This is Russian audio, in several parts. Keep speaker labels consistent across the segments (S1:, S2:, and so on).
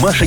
S1: Маша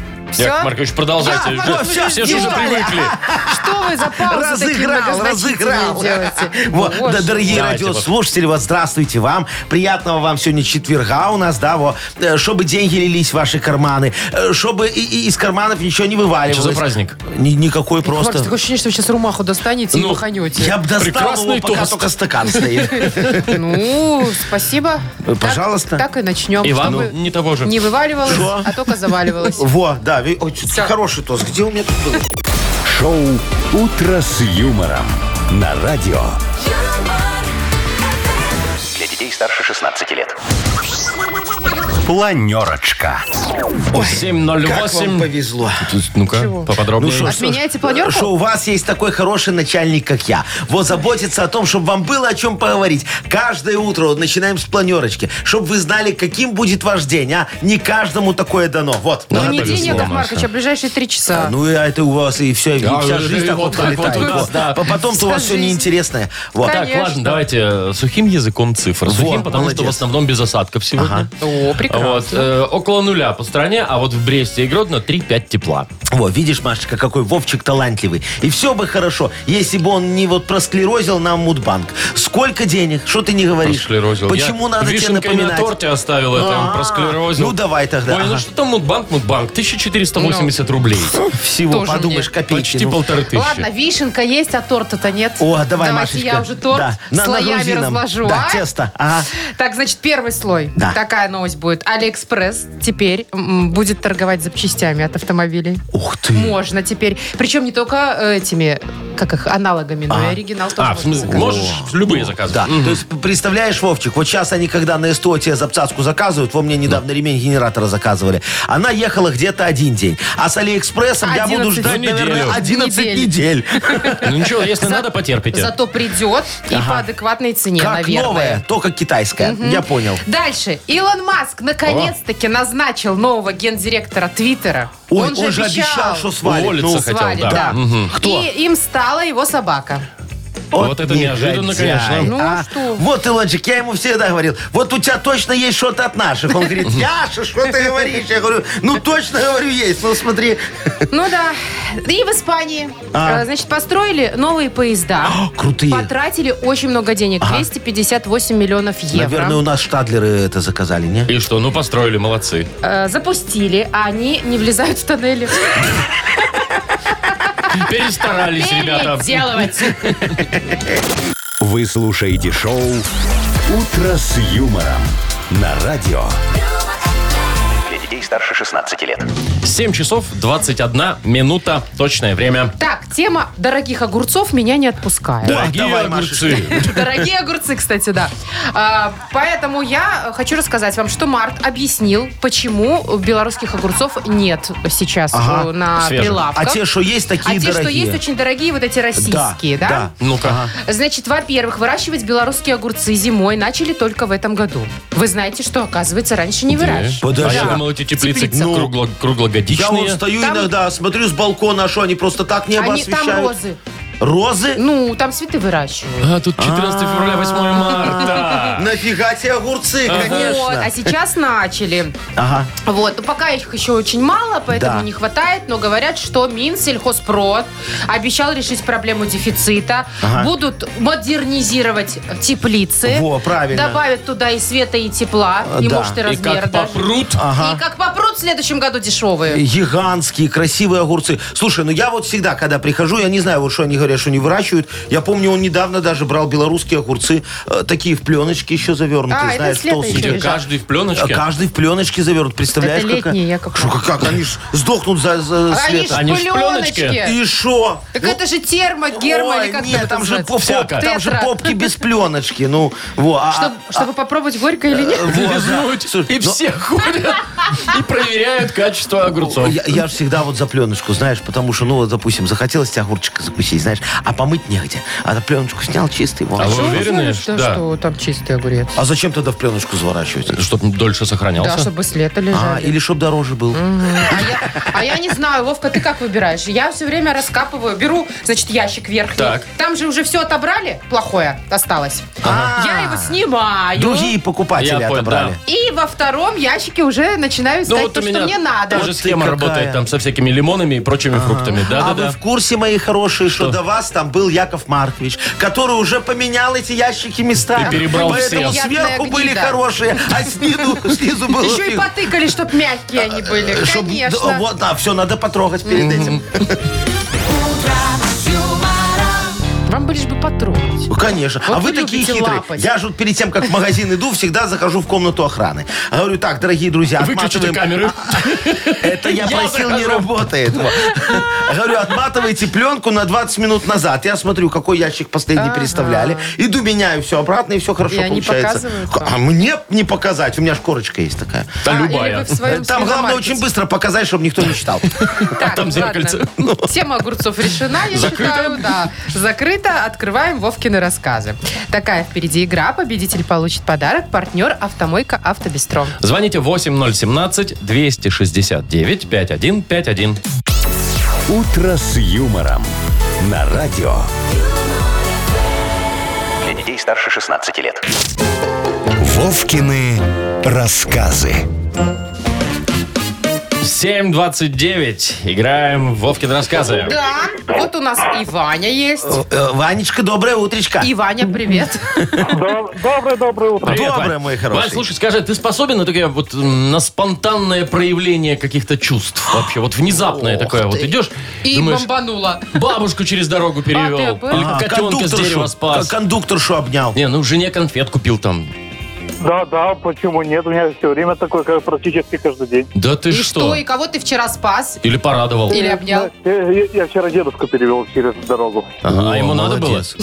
S2: Все?
S3: Яков Маркович, продолжайте.
S4: Да, А, вот
S3: все
S4: всё
S3: все же уже
S4: сделали.
S3: привыкли.
S2: Что вы за паузы такие
S4: Разыграл,
S2: многозначительные
S4: разыграл.
S2: делаете?
S4: Вот,
S2: Боже.
S4: да, дорогие
S3: Давайте,
S4: радиослушатели, вот здравствуйте вам. Приятного вам сегодня четверга у нас, да, вот. Э, Чтобы деньги лились в ваши карманы, э, чтобы и- и из карманов ничего не вываливалось.
S3: Что за праздник?
S4: Ни- никакой
S2: Яков Маркович,
S4: просто.
S2: такое ощущение, что вы сейчас румаху достанете и
S3: Ну,
S2: маханете.
S4: Я бы достал
S3: Прекрасный
S4: его, пока
S3: тост.
S4: только стакан стоит.
S2: Ну, спасибо.
S4: Э,
S2: Так-
S4: пожалуйста.
S2: Так, и начнем.
S3: И вам
S2: чтобы
S3: не того же.
S2: не вываливалось,
S4: Что?
S2: а только заваливалось.
S4: Во, да, ви- ой, хороший тост. Где у меня тут был?
S1: Шоу «Утро с юмором» на радио. Для детей старше 16 лет. Планерочка.
S3: 7.08.
S4: Как вам повезло.
S3: Ну-ка, поподробнее.
S4: Ну, что ж,
S2: Отменяете планерку?
S4: Что у вас есть такой хороший начальник, как я. Вот заботится о том, чтобы вам было о чем поговорить. Каждое утро вот начинаем с планерочки, чтобы вы знали, каким будет ваш день, а? Не каждому такое дано. Вот.
S2: Ну,
S3: Надо
S2: не день,
S3: повезло,
S2: Яков
S3: Маша.
S2: Маркович, а ближайшие три часа.
S4: Ну, и это у вас и все, и
S3: Да,
S4: вся
S3: и
S4: жизнь так вот
S3: вот так вот
S4: полетает.
S3: у вас,
S4: Вот.
S3: да.
S4: А Потом-то у вас все
S2: жизнь.
S4: неинтересное. Вот.
S3: Так,
S2: Конечно.
S3: ладно, давайте э, сухим языком цифр. сухим, потому что в
S4: молодец.
S3: основном без осадков сегодня.
S2: О, прекрасно.
S3: Вот, э, около нуля по стране, а вот в Бресте и Гродно 3-5 тепла.
S4: Во, видишь, Машечка, какой Вовчик талантливый. И все бы хорошо, если бы он не вот просклерозил нам Мудбанк. Сколько денег? Что ты не говоришь?
S3: Просклерозил.
S4: Почему
S3: Я
S4: надо
S3: вишенкой
S4: тебе напоминать?
S3: на торте оставил это, он
S4: А,
S3: просклерозил.
S4: ну давай тогда,
S3: Ой, ну
S4: ага. Ну,
S3: что там Мудбанк, Мудбанк, 1480 рублей.
S4: Всего,
S2: Тоже
S4: подумаешь,
S2: мне.
S4: копейки.
S3: Почти
S4: ну.
S3: полторы тысячи.
S2: Ладно, вишенка есть, а торта-то нет.
S4: О, давай,
S2: Давайте
S4: Машечка.
S2: я уже торт
S4: Да. На-
S2: слоями
S4: нагрузи нам.
S2: разложу.
S4: Да,
S2: а?
S4: тесто. Ага.
S2: Так, значит, первый слой.
S4: Да.
S2: Такая новость будет. Алиэкспресс теперь м, будет торговать запчастями от автомобилей.
S4: Ух ты.
S2: Можно теперь. Причем не только э, этими, как их, аналогами, но и оригинал тоже
S3: А, в
S2: можно
S3: смысле,
S2: заказать.
S3: можешь любые заказы.
S4: Да, то есть, представляешь, Вовчик, вот сейчас они, когда на СТО тебе запцацку заказывают, во мне недавно ремень генератора заказывали, она ехала где-то один день, а с Алиэкспрессом я буду
S2: 11
S4: ждать,
S3: неделю.
S4: наверное, 11 недель.
S2: Недель.
S3: Ну ничего, если надо, потерпите.
S2: Зато придет и по адекватной цене,
S4: Как
S2: наверное.
S4: новая, только китайская. Я понял.
S2: Дальше. Илон Маск наконец-таки назначил нового гендиректора Твиттера.
S4: Ой, он, же обещал, что свалит.
S3: Уволится
S4: Ну,
S3: хотел,
S2: свалит,
S3: да.
S2: да.
S3: Мгм.
S4: Кто?
S2: И им стала его собака.
S3: Вот это неожиданно,
S4: негодяй,
S3: конечно.
S2: Ну
S4: а.
S2: что?
S4: Вот, Илончик, я ему всегда говорил, вот у тебя точно есть что-то от наших. Он говорит, Яша, что ты говоришь? Я говорю, ну точно говорю, есть. Ну смотри.
S2: Ну да. И в Испании.
S4: А.
S2: э, Значит, построили новые поезда.
S4: Крутые.
S2: Потратили очень много денег. 258 миллионов евро.
S4: Наверное, у нас штадлеры это заказали, не?
S3: И что, ну построили, молодцы.
S2: Э, запустили, а они не влезают в тоннели.
S3: Перестарались, ребята.
S2: Переделывать.
S1: Вы слушаете шоу «Утро с юмором» на радио. Для детей старше 16 лет.
S3: 7 часов 21 минута. Точное время.
S2: Так, тема дорогих огурцов меня не отпускает.
S3: Дорогие
S4: давай,
S3: огурцы.
S2: Дорогие огурцы, кстати, да. А, Поэтому я хочу рассказать вам, что Март объяснил, почему белорусских огурцов нет сейчас
S4: Ага,
S2: э, на
S3: свежих.
S4: А
S2: прилавках.
S4: те, что есть, такие
S2: А те, что
S4: дорогие.
S2: есть, очень дорогие, вот эти российские, да?
S4: да.
S3: Ну-ка.
S2: Значит, во-первых, выращивать белорусские огурцы зимой начали только в этом году. Вы знаете, что, оказывается, раньше не выращивали.
S4: Подожди.
S3: А я
S4: Да.
S3: думал, эти теплицы
S2: Теплица.
S3: ну, кругло-
S4: Я вот
S3: круглогодичные.
S4: стою
S2: Там-
S4: иногда, смотрю с балкона, а что они просто так небо
S2: Они
S4: освещают.
S2: там розы.
S4: Розы?
S2: Ну, там цветы выращивают.
S3: А, тут 14 февраля, 8 марта.
S4: Нафига тебе огурцы,
S2: Вот, а
S4: конечно.
S2: сейчас начали.
S4: Ага.
S2: Вот, ну, пока их еще очень мало, поэтому
S4: Да.
S2: не хватает, но говорят, что Минсельхозпрод обещал решить проблему дефицита,
S4: Ага.
S2: будут модернизировать теплицы,
S4: Во, правильно.
S2: добавят туда и света, и тепла, и
S4: да.
S2: может и
S3: И
S2: размер А,
S3: как
S2: даже.
S3: попрут.
S4: Ага.
S2: И как попрут в следующем году дешевые.
S4: Гигантские, красивые огурцы. Слушай, ну я вот всегда, когда прихожу, я не знаю, вот что они говорят, что не выращивают. Я помню, он недавно даже брал белорусские огурцы, э, такие в пленочке еще завернутые,
S2: А, это
S4: знаешь,
S2: с лета еще
S4: толстенькие.
S3: Где
S2: лежат.
S3: каждый в
S4: А
S3: пленочке.
S4: Каждый в пленочке завернут, представляешь?
S2: Это летние, Яков
S4: Шо, как, как? Они ж сдохнут за, за
S2: Они ж
S4: лето.
S3: Они ж в
S2: пленочки.
S3: пленочке.
S4: И шо?
S2: Так
S4: Ну,
S2: это же термо, гермо
S4: Ой,
S2: или как
S4: нет,
S2: это
S4: там же,
S2: называется?
S4: поп- поп-
S3: Всяко.
S4: там же
S2: Тетра.
S4: попки без пленочки. Ну, во, а-
S2: Чтоб- Чтобы попробовать горько или нет?
S4: во, да.
S3: Лизнуть.
S4: Слушай,
S3: И
S4: ну,
S3: все ходят и проверяют качество огурцов.
S4: Я, я ж всегда вот за пленочку, знаешь, потому что, ну, вот, допустим, захотелось тебе огурчика закусить, знаешь, а помыть негде. А на пленочку снял чистый, вот.
S3: А
S4: А,
S3: вы
S2: Что
S3: уверены,
S2: знаете,
S3: что-
S2: Ну, да,
S3: да.
S2: что там чистый огурец?
S4: зачем тогда в пленочку заворачивать?
S3: Чтоб дольше
S2: Да,
S3: сохранялся.
S2: чтобы след
S4: А,
S2: лежали.
S4: или чтоб дороже был.
S2: А я, а я не знаю, Вовка, ты как выбираешь? Я все время раскапываю, беру, значит, ящик верхний.
S3: Так.
S2: Там же уже все отобрали, плохое осталось.
S4: А.
S2: Я его снимаю.
S4: Другие покупатели
S3: Я понял,
S4: отобрали.
S2: И во втором ящике уже
S4: Ну,
S2: начинаю
S3: Ну,
S2: искать то, что мне надо.
S3: та же
S4: Вот ты
S3: схема
S4: какая.
S3: работает там со всякими лимонами и прочими фруктами.
S4: а вы
S3: Да-да-да.
S4: в курсе, мои хорошие, что? до вас там был Яков Маркович, который уже поменял эти ящики местами.
S3: И перебрал
S4: Поэтому
S3: всех.
S4: сверху
S2: Приятная
S4: были
S2: гнида.
S4: хорошие, а снизу, снизу было
S2: Еще и
S4: фиг.
S2: потыкали, чтоб мягкие они были.
S4: Чтоб-
S2: Конечно.
S4: да, вот, да, все, надо потрогать перед этим.
S2: Вам бы лишь бы потрогать.
S4: Ну, Конечно.
S2: Вот
S4: а
S2: вы
S4: вы такие
S2: любите
S4: хитрые.
S2: лапать.
S4: Я же вот перед тем, как в магазин иду, всегда захожу в комнату охраны. Говорю, так, дорогие друзья,
S3: Выключите
S4: отматываем... А,
S3: камеры.
S4: Это я
S3: Я
S4: просил,
S3: захожу.
S4: не работает. Вот. Говорю, отматывайте пленку на 20 минут назад. Я смотрю, какой ящик последний переставляли. Иду, меняю все обратно, и все хорошо
S2: И они
S4: получается.
S2: показывают
S4: К- а
S2: вам?
S4: мне не показать. У меня ж корочка есть такая.
S3: Да
S2: А, или
S3: любая.
S2: вы в своем
S4: Там главное
S2: свиномаркете.
S4: очень быстро показать, чтобы никто не читал.
S2: Так,
S3: там
S2: ладно.
S3: зеркальце. Ну.
S2: Тема огурцов решена, я
S3: Закрыто?
S2: считаю. Да. Закрыто. Открываем Вовкины рассказы. Такая впереди игра. Победитель получит подарок. Партнер «Автомойка Автобестро».
S3: Звоните 8017-269-5151.
S1: «Утро с юмором» на радио.
S5: Для детей старше 16 лет.
S1: Вовкины рассказы.
S3: 7.29. Играем в Вовкин рассказы.
S2: Да, вот у нас и Ваня есть.
S4: Э, э, Ванечка, доброе утречко.
S2: И Ваня, привет.
S6: Доброе-доброе утро.
S3: Привет,
S4: Доброе,
S3: Вань.
S4: мой хороший.
S3: Вань, слушай, скажи, ты способен на, такое, вот, м, на спонтанное проявление каких-то чувств вообще? Вот внезапное такое вот идешь
S2: И
S3: думаешь,
S2: бомбанула.
S3: бабушку через дорогу перевел.
S2: А, ты об этом?
S3: или
S4: А,
S3: котенка с
S4: кондукторшу-
S3: дерева спас.
S4: к- Кондукторшу обнял.
S3: Не, ну жене конфет купил там.
S6: Да, да, почему нет? У меня все время такое, как практически каждый день.
S3: Да ты
S2: И
S3: что?
S2: что? И кого ты вчера спас?
S3: Или порадовал.
S2: Или обнял?
S6: Я, я- я вчера дедушку перевел через дорогу.
S3: Ага, а
S4: О,
S3: ему надо было?
S4: молодец.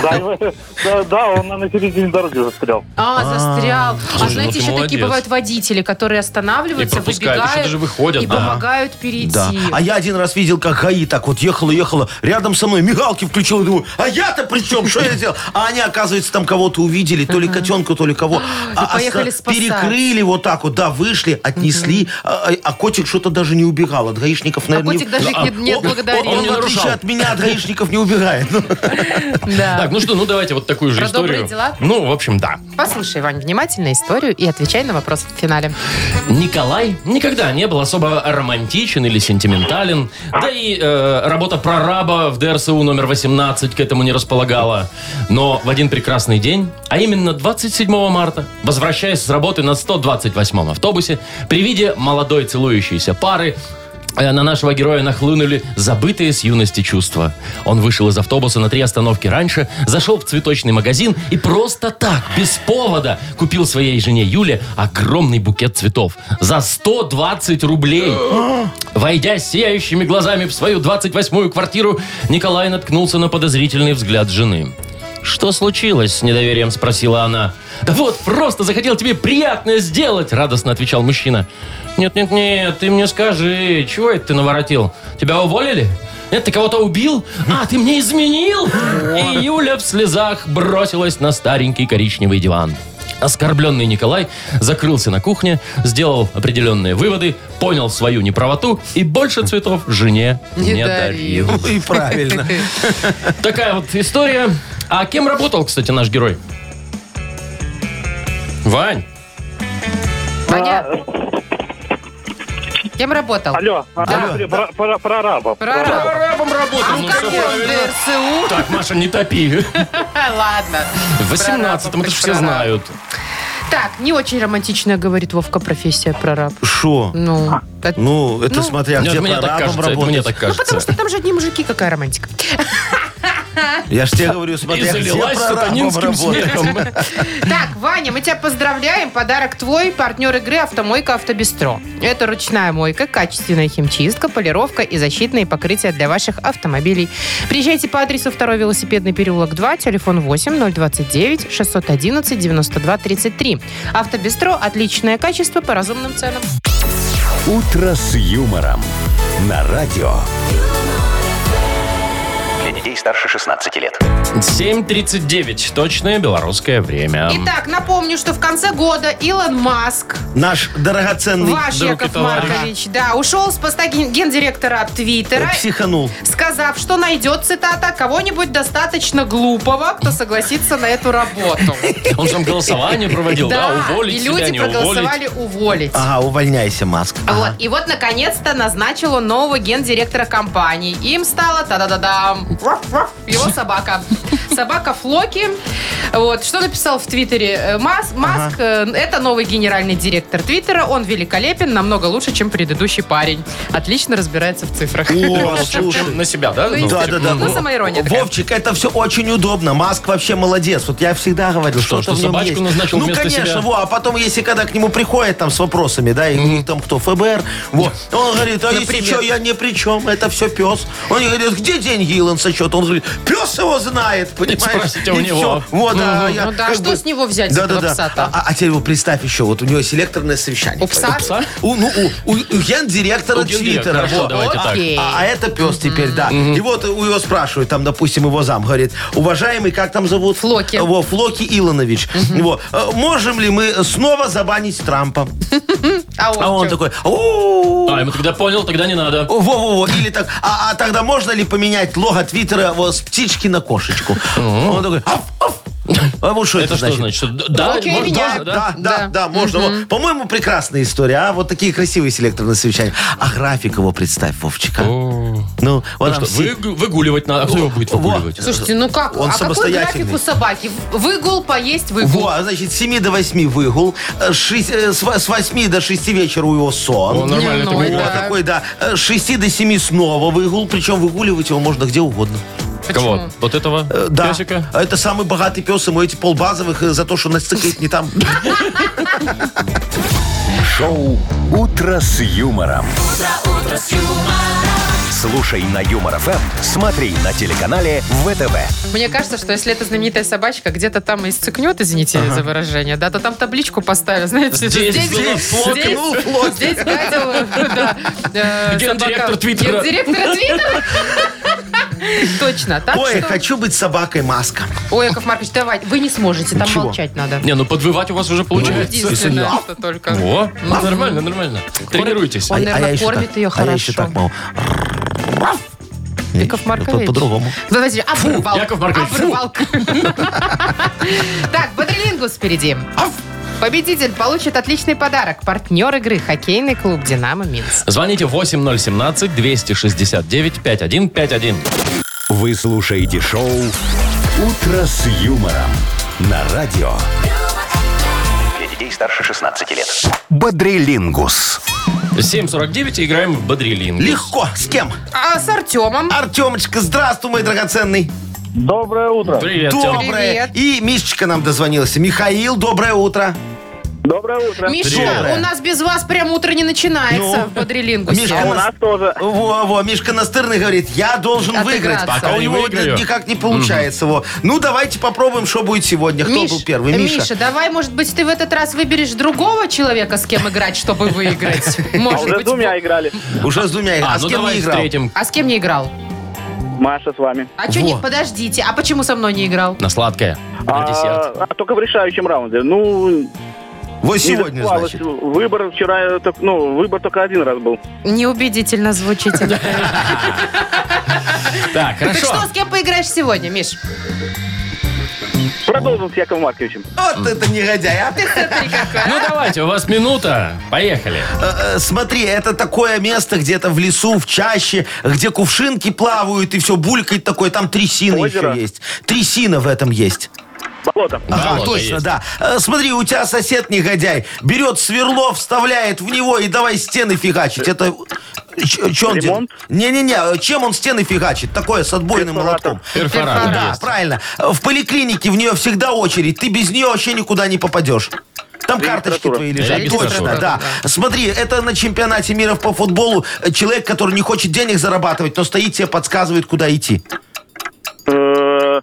S6: Да, его- да, да, он на середине дороги застрял.
S2: А, застрял. А
S3: Слушай, ну
S2: знаете,
S3: ты
S2: еще
S3: молодец.
S2: такие бывают водители, которые останавливаются,
S3: И пропускают, еще
S2: выбегают
S3: даже выходят,
S2: и
S3: да.
S2: помогают перейти.
S4: Да. А я один раз видел, как ГАИ так вот ехала-ехала, рядом со мной мигалки включила, и думаю, а я-то при чем? Что я сделал? А они, оказывается, там кого-то увидели, то ли котенка, то ли кого. А- а
S2: поехали
S4: ста-
S2: спасать.
S4: Перекрыли вот так вот, да, вышли, отнесли, а а- а котик что-то даже не убегал от гаишников, наверное.
S2: А
S4: А,
S2: котик даже их не- не
S4: он- он-
S2: отблагодарил.
S4: Он,
S3: Он не
S4: в отличие
S3: нарушал.
S4: от меня, от гаишников не убегает. Ну,
S2: Да.
S3: Так, ну что, ну давайте вот такую же
S2: Про
S3: историю.
S2: добрые дела?
S3: Ну, в общем, да.
S2: Послушай, Вань, внимательно историю и отвечай на вопрос в финале.
S3: Николай никогда не был особо романтичен или сентиментален. Да и э, работа прораба в ДРСУ номер 18 к этому не располагала. Но в один прекрасный день, а именно 27 марта, возвращаясь с работы на 128 автобусе, при виде молодой целующейся пары, э, на нашего героя нахлынули забытые с юности чувства. Он вышел из автобуса на три остановки раньше, зашел в цветочный магазин и просто так, без повода, купил своей жене Юле огромный букет цветов за 120 рублей. Войдя сияющими глазами в свою 28-ю квартиру, Николай наткнулся на подозрительный взгляд жены. «Что случилось?» – с недоверием спросила она. «Да вот, просто захотел тебе приятное сделать!» – радостно отвечал мужчина. «Нет-нет-нет, ты мне скажи, чего это ты наворотил? Тебя уволили? Нет, ты кого-то убил? А, ты мне изменил?» И Юля в слезах бросилась на старенький коричневый диван. Оскорбленный Николай закрылся на кухне, сделал определенные выводы, понял свою неправоту и больше цветов жене
S2: Не
S3: не,
S2: дарил.
S3: дарил.
S4: ну И правильно.
S3: Такая вот история. А кем работал, кстати, наш герой? Вань.
S2: Ваня, кем работал?
S6: Алло,
S2: Да.
S6: алло, про- про- прорабом.
S2: Прораб.
S3: Прорабом работал. Ну, все правильно.
S2: ДРСУ.
S3: Так, Маша, не топи.
S2: Ладно.
S3: В 18-м это
S2: Прорабом,
S3: же все
S2: прораб.
S3: знают.
S2: Так, не очень романтичная, говорит Вовка, профессия прораб.
S4: Шо?
S2: Ну, это-
S4: Ну, это
S2: Ну,
S4: смотря,
S3: Нет,
S4: где
S3: Мне так
S4: прорабом
S3: кажется. это Мне так
S4: работать.
S2: ну, потому
S3: кажется.
S2: что там же одни мужики, какая романтика.
S4: Я ж тебе говорю,
S3: И
S4: смотря, где
S3: залилась
S4: прорабом
S3: сатанинским
S4: работать.
S3: смехом.
S2: Так, Ваня, мы тебя поздравляем. Подарок твой, партнер игры «Автомойка Автобестро». Это ручная мойка, качественная химчистка, полировка и защитные покрытия для ваших автомобилей. Приезжайте по адресу 2 велосипедный переулок 2, телефон 8 029 611 92 33. «Автобестро» – отличное качество по разумным ценам.
S1: «Утро с юмором» на радио.
S5: Для детей старше 16 лет.
S3: 7.39. Точное белорусское время.
S2: Итак, напомню, что в конце года Илон Маск,
S4: Наш дорогоценный
S2: ваш
S3: друг и
S2: Яков
S3: товарищ.
S2: Маркович, да, ушел с поста ген- гендиректора Твиттера,
S4: психанул.
S2: сказав, что найдет, цитата, кого-нибудь достаточно глупого, кто согласится на эту работу.
S3: Он там голосование проводил, да, уволить
S2: и
S3: себя,
S2: люди
S3: не уволить.
S2: проголосовали уволить.
S4: Ага, увольняйся, Маск.
S2: Вот.
S4: Ага.
S2: И вот, наконец-то, назначил он нового гендиректора компании. Им стала та-да-да-дам Руф-руф, его собака. Собака Флоки. Вот. Что написал в Твиттере э, Мас- Маск? э, Это новый генеральный директор Твиттера. Он великолепен, намного лучше, чем предыдущий парень. Отлично разбирается в цифрах.
S4: О,
S3: Чем- чем
S4: слушай.
S3: на себя, да?
S2: Ну,
S3: Ну,
S4: Да,
S3: типа,
S4: да, да.
S2: Ну, самоирония такая.
S4: Вовчик, это все очень удобно. Маск вообще молодец. Вот я всегда говорил,
S3: Что,
S4: что,
S3: что
S4: в нем
S3: собачку
S4: есть.
S3: назначил
S4: Ну,
S3: вместо
S4: конечно,
S3: себя?
S4: во, а потом, если когда к нему приходят там с вопросами, да, и у них там кто, ФБР, вот, он говорит, а если
S2: Например.
S4: что, я ни при чем, это все пес. Он говорит, где деньги Илон со счета? Он говорит, пес его знает, понимаешь?
S3: спросите у
S4: И
S3: него.
S4: всё. Вот, а я
S2: Ну да,
S4: как
S2: что
S4: бы-
S2: с него взять, с
S4: да,
S2: этого
S4: да, да.
S2: пса-то?
S4: А, а теперь его представь еще, вот у него селекторное совещание.
S2: У пса?
S3: пса?
S4: У, ну, у, у- у гендиректора
S3: У гендиректора,
S4: Твиттера.
S3: хорошо,
S4: во.
S3: давайте так.
S2: Окей.
S4: А, а это пес теперь, да. И вот у него спрашивают, там, допустим, его зам, говорит, уважаемый, как там зовут?
S2: Флоки.
S4: Во, Флоки Илонович. Во. «Э, Можем ли мы снова забанить Трампа?
S2: А
S4: А
S2: он
S4: он
S2: чё?
S4: такой, «О-о-о».
S3: А, ему тогда понял, тогда не надо.
S4: во-во-во, или так, а, а тогда можно ли поменять лого Твиттера во, с птички на кошечку? Он такой, «Аф, аф». А вот что это,
S3: Это что значит? Что- Да,
S2: Ну, Окей,
S3: можно,
S2: меня.
S3: можно,
S4: Да, да, да,
S2: Да.
S4: да, можно. Во, По-моему, прекрасная история, а? Вот такие красивые селекторные совещания. А график его представь, Вовчика. Ну, вот
S3: Ну
S4: там
S3: что,
S4: все-
S3: вы- выгуливать надо. А кто его будет
S4: Во.
S3: выгуливать?
S2: Слушайте, ну как?
S4: Он
S2: а какой
S4: самостоятельный.
S2: график у собаки? Выгул, поесть, выгул.
S4: Во, значит, с 7 до 8 выгул, э, шесть- э, с во- с 8 до 6 вечера у его
S3: О,
S4: сон.
S3: нормально
S2: ну,
S3: такой
S4: Во,
S3: играет.
S2: да.
S4: такой, да. Э, С 6 до 7 снова выгул, причем выгуливать его можно где угодно.
S3: Кого?
S2: Почему?
S3: Вот этого
S4: Э, Да.
S3: песика?
S4: А Это самый богатый пес, ему эти полбазовых э, за то, что нас цикает не там.
S1: Шоу «Утро с юмором». Слушай на Юмор ФМ, смотри на телеканале ВТВ.
S2: Мне кажется, что если эта знаменитая собачка где-то там исцикнет, извините за выражение, да, то там табличку поставят, знаете,
S3: Здесь было флок,
S2: здесь,
S4: ну, флок.
S2: здесь гадил, да, э,
S3: Гендиректор
S2: собака.
S3: Твиттера.
S2: Гендиректор Твиттера. Точно, так
S4: Ой,
S2: что...
S4: хочу быть собакой маска.
S2: Ой, Яков Маркович, давай, вы не сможете, там
S4: Чего?
S2: молчать надо.
S3: Не, ну подвывать у вас уже получается.
S2: Единственное, что только...
S3: О, ну, нормально, нормально. Тренируйтесь.
S2: Он,
S4: А- а
S2: наверное,
S4: я еще
S2: кормит
S4: так-
S2: ее
S4: А я еще
S2: хорошо.
S4: так могу.
S2: Яков Маркович. а
S4: По-другому.
S2: Подожди, обрывал.
S3: Яков Маркович, фу.
S2: Обрывал. Так, Бодрилингус впереди. Победитель получит отличный подарок. Партнер игры хоккейный клуб «Динамо Минск».
S3: Звоните 8017-269-5151.
S1: Вы слушаете шоу «Утро с юмором» на радио
S5: Для детей старше 16 лет.
S1: «Бодрилингус».
S3: 7.49 и играем в Бодрилин.
S4: Легко. С кем?
S2: А с Артемом?
S4: Артемочка, здравствуй, мой драгоценный.
S6: Доброе утро.
S3: Привет, Тём.
S4: Доброе.
S2: Привет.
S4: И Мишечка нам дозвонился. Михаил, доброе утро.
S6: Доброе утро.
S2: Миша, у
S4: Привет.
S2: нас без вас прям утро не начинается
S4: Ну.
S2: А, в Бодрилингусе.
S4: Мишка,
S6: А у нас тоже.
S4: Во, во, Мишка Настырный говорит, я должен
S2: Отыграться.
S4: выиграть,
S3: Пока
S4: пока у
S3: не
S4: него
S3: выиграю.
S4: никак не получается. Во. Ну, давайте попробуем, что будет сегодня. Кто
S2: Миш,
S4: был первый? Миша.
S2: Миша, давай, может быть, ты в этот раз выберешь другого человека, с кем играть, чтобы выиграть.
S6: А
S2: Может
S6: уже с
S2: быть.
S6: двумя играли.
S4: Уже с двумя.
S3: А,
S4: А,
S3: ну
S4: с кем
S3: давай
S4: не играл?
S3: встретим.
S2: А с кем не играл?
S6: Маша с вами.
S2: А что не...
S4: Во.
S2: Подождите, а почему со мной не играл?
S3: На сладкое. На
S6: А,
S3: десерт.
S6: а только в решающем раунде. Ну,
S4: Вот
S6: не
S4: сегодня,
S6: засыпалась.
S4: значит.
S6: Выбор вчера, э, так- ну, выбор только один раз был.
S2: Неубедительно звучит. Так
S3: Так, хорошо.
S2: что, с кем поиграешь сегодня, Миш?
S6: Продолжим с Яковом Марковичем.
S4: Вот это негодяй, а?
S2: Смотри, какая.
S3: Ну давайте, у вас минута. Поехали.
S4: Э, э, Смотри, это такое место где-то в лесу, в чаще, где кувшинки плавают и все булькает такое. Там трясина
S6: Озеро.
S4: еще есть. Трясина в этом есть.
S6: Болото.
S4: Ага,
S3: Болото
S4: точно,
S3: есть.
S4: да. Э, Смотри, у тебя сосед негодяй берет сверло, вставляет в него и давай стены фигачить. Это э, ч- чё он
S6: Ремонт?
S4: делает? Не-не-не, э, чем он стены фигачит? Такое с отбойным
S6: Перфоратор.
S4: молотком.
S3: Перфоратор
S4: Да,
S3: есть.
S4: правильно. Э, В поликлинике в нее всегда очередь. Ты без нее вообще никуда не попадешь. Там карточки
S6: Регистратура.
S4: твои лежат.
S3: Регистратура.
S4: Точно, да. Смотри, это на чемпионате мира по футболу э, человек, который не хочет денег зарабатывать, но стоит тебе, подсказывает, куда идти.
S6: Э,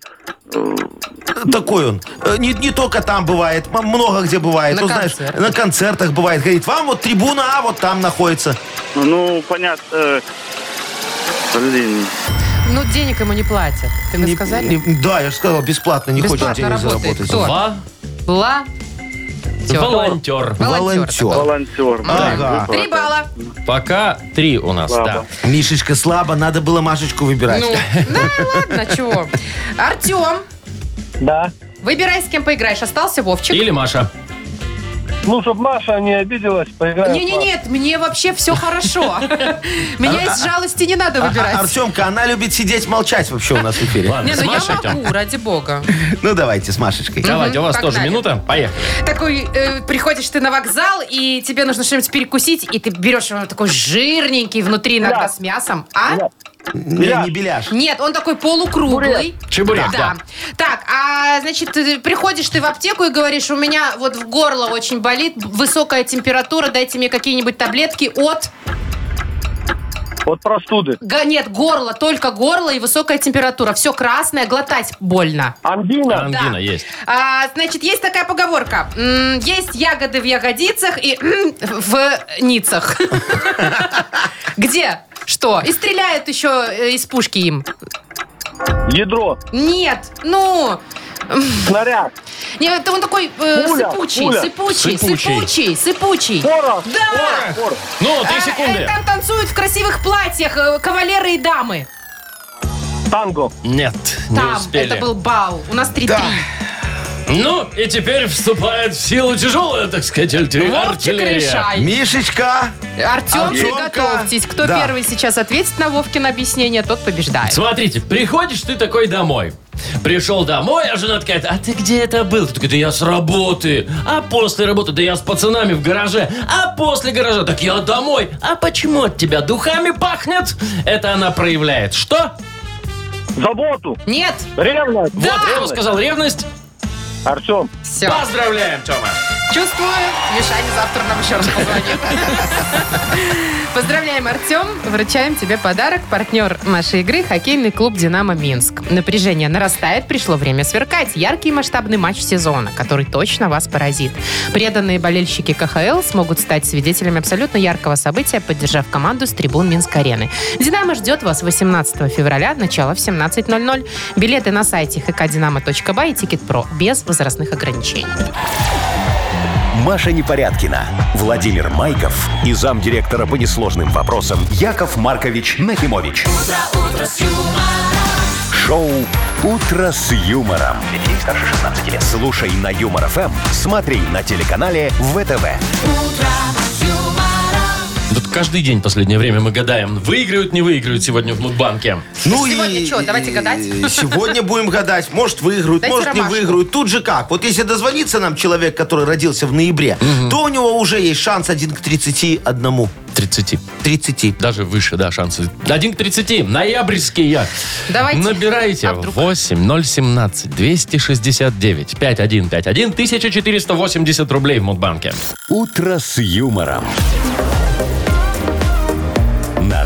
S4: Такой он. Э, Не, не только там бывает, м- много где бывает.
S2: На
S4: ну, знаешь,
S2: концертах.
S4: на концертах бывает. Говорит, вам вот трибуна, а вот там находится.
S6: Ну, понятно. э, Блин.
S2: Ну, денег ему не платят. Ты мне
S4: Не-
S2: сказали?
S4: не- да, я же сказал, бесплатно, не
S2: Бесплатно
S4: хочет денег
S2: работает.
S4: заработать.
S2: Кто?
S3: Ва-
S2: Была
S3: Волонтер.
S4: Волонтер.
S6: Волонтер.
S4: Ага.
S2: Три балла.
S3: Пока три у нас, да.
S6: Слабо.
S4: Мишечка слабо, надо было Машечку выбирать.
S2: Ну, да, ладно, чего. Артем,
S6: Да.
S2: выбирай, с кем поиграешь. Остался Вовчик.
S3: Или Маша.
S6: Ну, чтобы Маша не обиделась, поиграем.
S2: Не, не, нет, мне вообще все хорошо. Меня из жалости не надо
S4: А-
S2: выбирать.
S4: Артемка, она любит сидеть молчать вообще у нас в эфире.
S3: Ладно,
S2: Не,
S3: с
S2: ну я
S3: Машей там.
S2: могу, ради бога.
S4: Ну давайте с Машечкой.
S3: Давайте, у вас
S2: погнали.
S3: тоже минута. Поехали.
S2: Такой, э, приходишь ты на вокзал, и тебе нужно что-нибудь перекусить, и ты берешь его такой жирненький, внутри иногда с мясом. А?
S4: Не, не беляш.
S2: Нет, он такой полукруглый.
S3: Чебурек, да.
S2: Так, а значит, ты приходишь ты в аптеку и говоришь, у меня вот в горло очень болит, высокая температура, дайте мне какие-нибудь таблетки от...
S6: Вот простуды.
S2: Га- Нет, горло, только горло и высокая температура. Все красное, глотать больно.
S6: Ангина.
S3: Ангина
S2: Да.
S3: есть.
S2: А, значит, есть такая поговорка. М, Есть ягоды в ягодицах и м, в ницах. Где? Что? И стреляют еще э, из пушки им.
S6: Ядро.
S2: Нет, ну...
S6: Снаряд.
S2: Нет, это он такой э,
S6: Пуля,
S2: сыпучий,
S6: пуля.
S2: сыпучий,
S3: Сыпучий.
S2: сыпучий, сыпучий.
S6: Порох.
S2: Да!
S6: Порох.
S3: Ну, три
S2: А, э,
S3: секунды.
S2: Там танцуют в красивых платьях э, кавалеры и дамы.
S6: Танго.
S3: Нет, не
S2: Там,
S3: успели.
S2: это был бал. У нас 3-3.
S3: Ну, и теперь вступает в силу тяжелая, так сказать, артиллерия.
S2: Вовчик решай.
S4: Мишечка,
S2: Артем,
S4: Артемка.
S2: приготовьтесь. Кто
S4: Да.
S2: первый сейчас ответит на Вовкино объяснение, тот побеждает.
S3: Смотрите, приходишь ты такой домой. Пришел домой, а жена такая, а ты где это был? Ты такой, да я с работы. А после работы, да я с пацанами в гараже. А после гаража, так я домой. А почему от тебя духами пахнет? Это она проявляет. Что?
S6: Заботу.
S2: Нет?
S6: Ревность.
S3: Вот, кто сказал ревность.
S6: Артем.
S2: Все.
S3: Поздравляем, Тёма.
S2: Чувствую. Мишаня завтра нам еще раз позвонит. Поздравляем, Артем. Вручаем тебе подарок. Партнер нашей игры – хоккейный клуб «Динамо Минск». Напряжение нарастает, пришло время сверкать. Яркий и масштабный матч сезона, который точно вас поразит. Преданные болельщики КХЛ смогут стать свидетелями абсолютно яркого события, поддержав команду с трибун Минск-арены. «Динамо» ждет вас 18 февраля, начало в 17.00. Билеты на сайте hkdinamo.by и «Тикет.Про» без возрастных ограничений.
S1: Маша Непорядкина, Владимир Майков и замдиректора по несложным вопросам Яков Маркович Нахимович. Шоу Утро с юмором. Для детей старше 16 лет. Слушай на юмор ФМ, смотри на телеканале ВТВ.
S3: Тут каждый день последнее время мы гадаем, выиграют, не выиграют сегодня в Мудбанке.
S4: ну
S2: Сегодня
S4: и...
S2: чё, давайте гадать?
S4: и Сегодня будем гадать. Может, выиграют,
S2: Дайте
S4: может,
S2: ромашку.
S4: не выиграют. Тут же как? Вот если дозвонится нам человек, который родился в ноябре, то у него уже есть шанс один к 31.
S3: 30.
S4: 30.
S3: Даже выше, да, шансы. 1 к 30. Ноябрьские. я.
S2: Давайте.
S3: Набирайте
S2: А вдруг?
S3: 8017 269 5151 1480 рублей в Мудбанке.
S1: Утро с юмором. На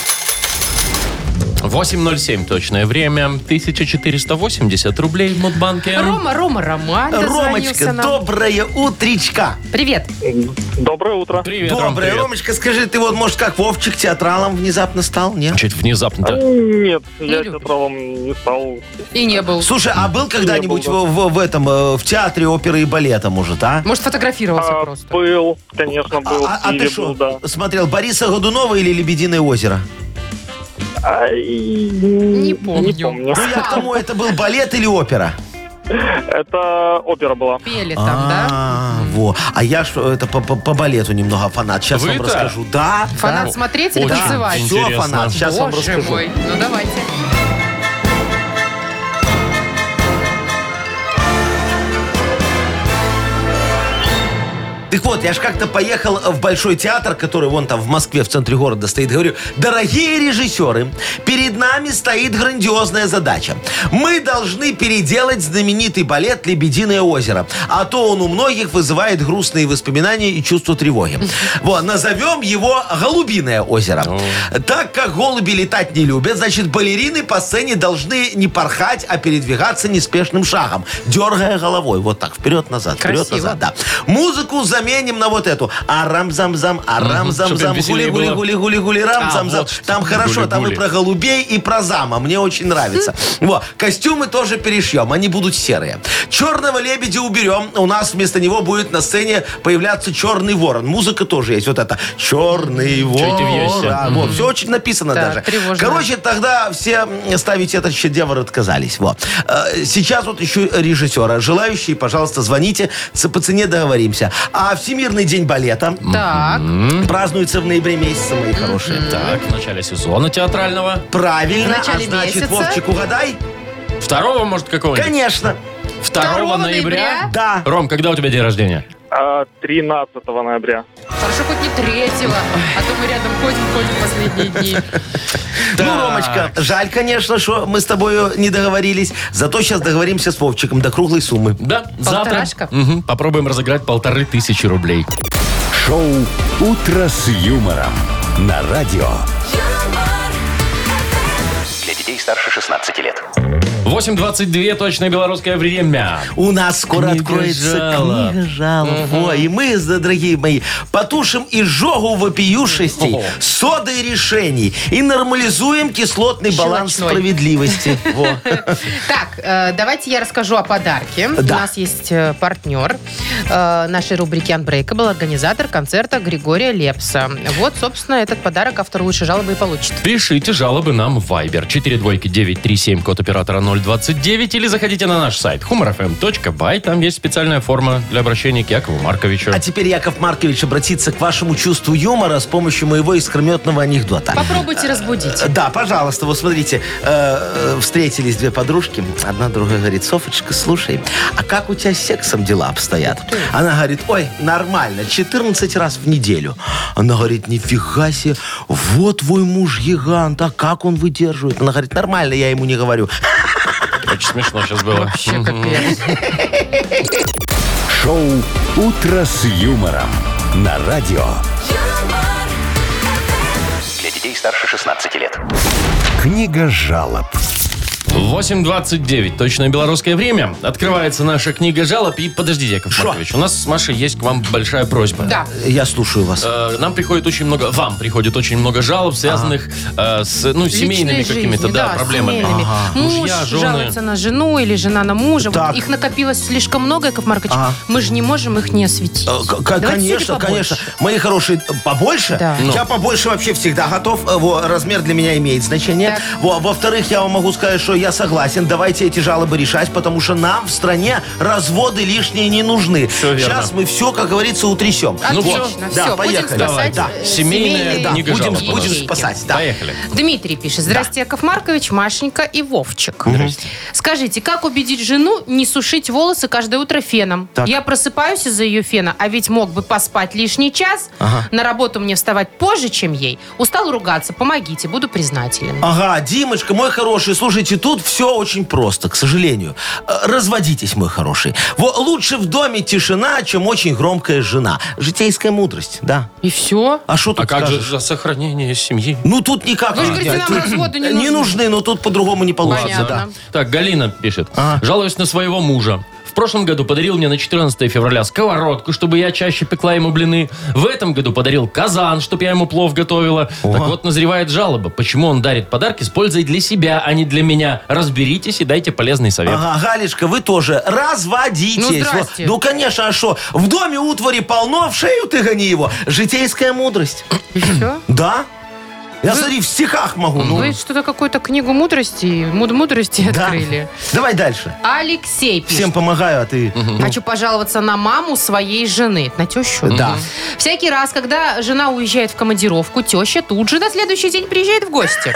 S3: 8.07 точное время. 1480 рублей в Мудбанке.
S2: Рома, Рома, Роман
S4: Ромочка,
S2: дозвонился нам.
S4: доброе утречка.
S2: Привет.
S6: Доброе утро.
S3: Привет, Ром,
S4: Доброе,
S3: привет.
S4: Ромочка, скажи, ты вот, может, как Вовчик театралом внезапно стал, нет?
S3: Чуть внезапно-то.
S6: Нет, я
S2: любит.
S6: театралом не стал.
S2: И не был.
S4: Слушай, а был когда-нибудь
S6: был,
S4: в, в этом, э, в театре оперы и балета, может, а?
S2: Может, фотографировался
S6: А,
S2: просто.
S6: был, конечно, был.
S4: А, а- а
S6: Или
S4: ты что,
S6: был, да.
S4: смотрел Бориса Годунова или «Лебединое озеро»?
S6: А, и- не
S2: помню.
S6: помню.
S4: Ну, я к тому, это был балет или опера?
S6: Это опера была.
S2: Пели там, да?
S4: А, во. А я ж это по, по- по балету немного фанат. Сейчас вам
S3: Вы-то?
S4: расскажу. Да,
S2: Фанат
S4: да.
S2: смотреть или
S3: Очень
S2: танцевать?
S3: интересно.
S4: Все, фанат. Сейчас вам
S2: Боже
S4: расскажу. М-м.
S2: мой. Ну, давайте.
S4: Так вот, я ж как-то поехал в Большой театр, который вон там в Москве, в центре города стоит. Говорю, дорогие режиссеры, перед нами стоит грандиозная задача. Мы должны переделать знаменитый балет «Лебединое озеро». А то он у многих вызывает грустные воспоминания и чувство тревоги. Вот, назовем его «Голубиное озеро». Так как голуби летать не любят, значит, балерины по сцене должны не порхать, а передвигаться неспешным шагом, дергая головой. Вот так, вперед-назад,
S2: Красиво.
S4: вперед-назад, да. Музыку за заменим на вот эту. Арам-зам-зам, арам-зам-зам,
S3: Чтоб веселее было.
S4: гули-гули-гули-гули-гули,
S3: А,
S4: рам-зам-зам.
S3: вот что.
S4: Там хорошо, там
S3: Гули-гули.
S4: и про голубей, и про зама. Мне очень нравится. Вот. Костюмы тоже перешьем, они будут серые. Черного лебедя уберем. У нас вместо него будет на сцене появляться черный ворон. Музыка тоже есть. Вот это. Черный
S3: ты
S4: ворон. А,
S3: вьешься?
S4: Вот, все очень написано
S2: Так,
S4: даже.
S2: тревожно.
S4: Короче, тогда все м, ставить этот шедевр отказались. Вот. Э, Сейчас вот еще режиссера. Желающие, пожалуйста, звоните. Ц- По цене договоримся. А Всемирный день балета
S2: Так,
S4: празднуется в ноябре месяце, мои хорошие.
S3: Так, в начале сезона театрального.
S4: Правильно,
S2: В начале
S4: а значит,
S2: месяца?
S4: Вовчик, угадай?
S3: Второго, может, какого-нибудь?
S4: Конечно.
S3: 2
S2: 2
S3: ноября.
S2: ноября?
S4: Да.
S3: Ром, когда у тебя день рождения?
S6: А, 13 ноября.
S2: хорошо хоть не третьего, а то мы рядом ходим-ходим последние дни.
S4: Ну, Ромочка, жаль, конечно, что мы с тобой не договорились. Зато сейчас договоримся с Вовчиком до круглой суммы.
S3: Да, завтра.
S2: Полторашка?
S3: Мгм, попробуем разыграть полторы тысячи рублей.
S1: Шоу «Утро с юмором» на радио.
S7: юмор,
S5: Для детей старше 16 лет.
S3: 8.22, точное белорусское время.
S4: У нас скоро
S3: Книга
S4: откроется
S3: жалоб.
S4: книга жалоб. О, и мы, за- дорогие мои, потушим изжогу вопиюшестей,
S3: О.
S4: соды решений и нормализуем кислотный баланс
S2: Щелочной.
S4: справедливости. Во.
S2: Так, э, давайте я расскажу о подарке. У
S4: Да.
S2: нас есть э, партнер э, нашей рубрики Unbreakable, организатор концерта Григория Лепса. Вот, собственно, этот подарок автор лучшей жалобы и получит.
S3: Пишите жалобы нам в Viber 42937, код оператора 029, или заходите на наш сайт humorfm.by, там есть специальная форма для обращения к Якову Марковичу.
S4: А теперь Яков Маркович обратится к вашему чувству юмора с помощью моего искрометного анекдота.
S2: Попробуйте разбудить.
S4: Э, Да, пожалуйста, вот смотрите, э, э, встретились две подружки, одна другая говорит, Софочка, слушай, а как у тебя с сексом дела обстоят? Она говорит, ой, нормально, 14 раз в неделю. Она говорит, нифига себе, вот твой муж гигант, а как он выдерживает? Она говорит, нормально, я ему не говорю.
S3: Очень смешно сейчас было.
S2: Вообще капец.
S1: Шоу «Утро с юмором» на радио.
S7: юмор,
S5: Для детей старше 16 лет.
S1: Книга жалоб.
S3: 8.29, точное белорусское время. Открывается наша книга жалоб. И подождите, Яков Маркович, у нас с Машей есть к вам большая просьба.
S2: Да.
S4: Я слушаю вас.
S3: Э, Нам приходит очень много, вам приходит очень много жалоб, связанных э, с ну, семейными
S2: Личной жизни,
S3: какими-то да, проблемами.
S2: семейными. Муж
S3: Мужья, жены.
S2: жалуется на жену или жена на мужа. Вот
S4: Так.
S2: Их накопилось слишком много, Яков Маркович.
S4: Ага.
S2: Мы же не можем их не осветить.
S4: Э, к- к-
S2: Давайте
S4: Конечно,
S2: сегодня побольше.
S4: конечно. Мои хорошие, э, побольше?
S2: Да. Ну.
S4: Я побольше вообще всегда готов. Э, Во, размер для меня имеет значение.
S2: Так.
S4: Во, во-вторых, я вам могу сказать, что я согласен. Давайте эти жалобы решать, потому что нам в стране разводы лишние не нужны.
S3: Всё верно.
S4: Сейчас мы все, как говорится, утрясем.
S3: Ну
S2: Отлично.
S3: вот,
S4: да,
S2: Все, будем спасать
S4: поехали. Давай,
S2: э,
S3: да. Семейная
S2: семейные
S3: книга
S4: Да, будем,
S3: жалоб у нас.
S4: будем спасать. Да.
S3: Поехали.
S2: Дмитрий пишет. Здрасте, Яков Маркович, Машенька и Вовчик. Скажите, как убедить жену не сушить волосы каждое утро феном?
S4: Так.
S2: Я просыпаюсь из-за ее фена, а ведь мог бы поспать лишний час.
S4: А.
S2: На работу мне вставать позже, чем ей. Устал ругаться, помогите, буду признателен.
S4: Ага, Димочка, мой хороший, слушайте, тут все очень просто, к сожалению. Э, Разводитесь, мой хороший. Во, лучше в доме тишина, чем очень громкая жена. Житейская мудрость, да.
S2: И все?
S4: А что тут
S3: А как же
S4: скажешь?
S3: за сохранение семьи?
S4: Ну тут никак.
S2: Вы же
S4: не
S2: говорите,
S4: делать.
S2: нам
S4: Тут
S2: разводы не
S4: Не
S2: нужны.
S4: нужны, но тут по-другому не получится, да.
S2: Понятно.
S3: Так, Галина пишет.
S4: Ага.
S3: Жалуюсь на своего мужа. В прошлом году подарил мне на 14 февраля сковородку, чтобы я чаще пекла ему блины. В этом году подарил казан, чтобы я ему плов готовила. Так вот, назревает жалоба. Почему он дарит подарки с пользой для себя, а не для меня? Разберитесь и дайте полезный совет.
S4: Ага, Галечка, вы тоже разводитесь.
S2: Ну, здрасте.
S4: Вот. Ну, конечно, а что? В доме утвари полно, в шею ты гони его. Житейская мудрость.
S2: И все?
S4: Да? Я, смотри, в стихах могу. ну.
S2: Вы что-то какую-то книгу мудрости, муд мудрости
S4: Да.
S2: открыли.
S4: Давай дальше.
S2: Алексей пишет.
S4: Всем помогаю, а ты...
S2: Хочу пожаловаться на маму своей жены, на тещу.
S4: Да.
S2: Мгм. Всякий раз, когда жена уезжает в командировку, теща тут же на следующий день приезжает в гости.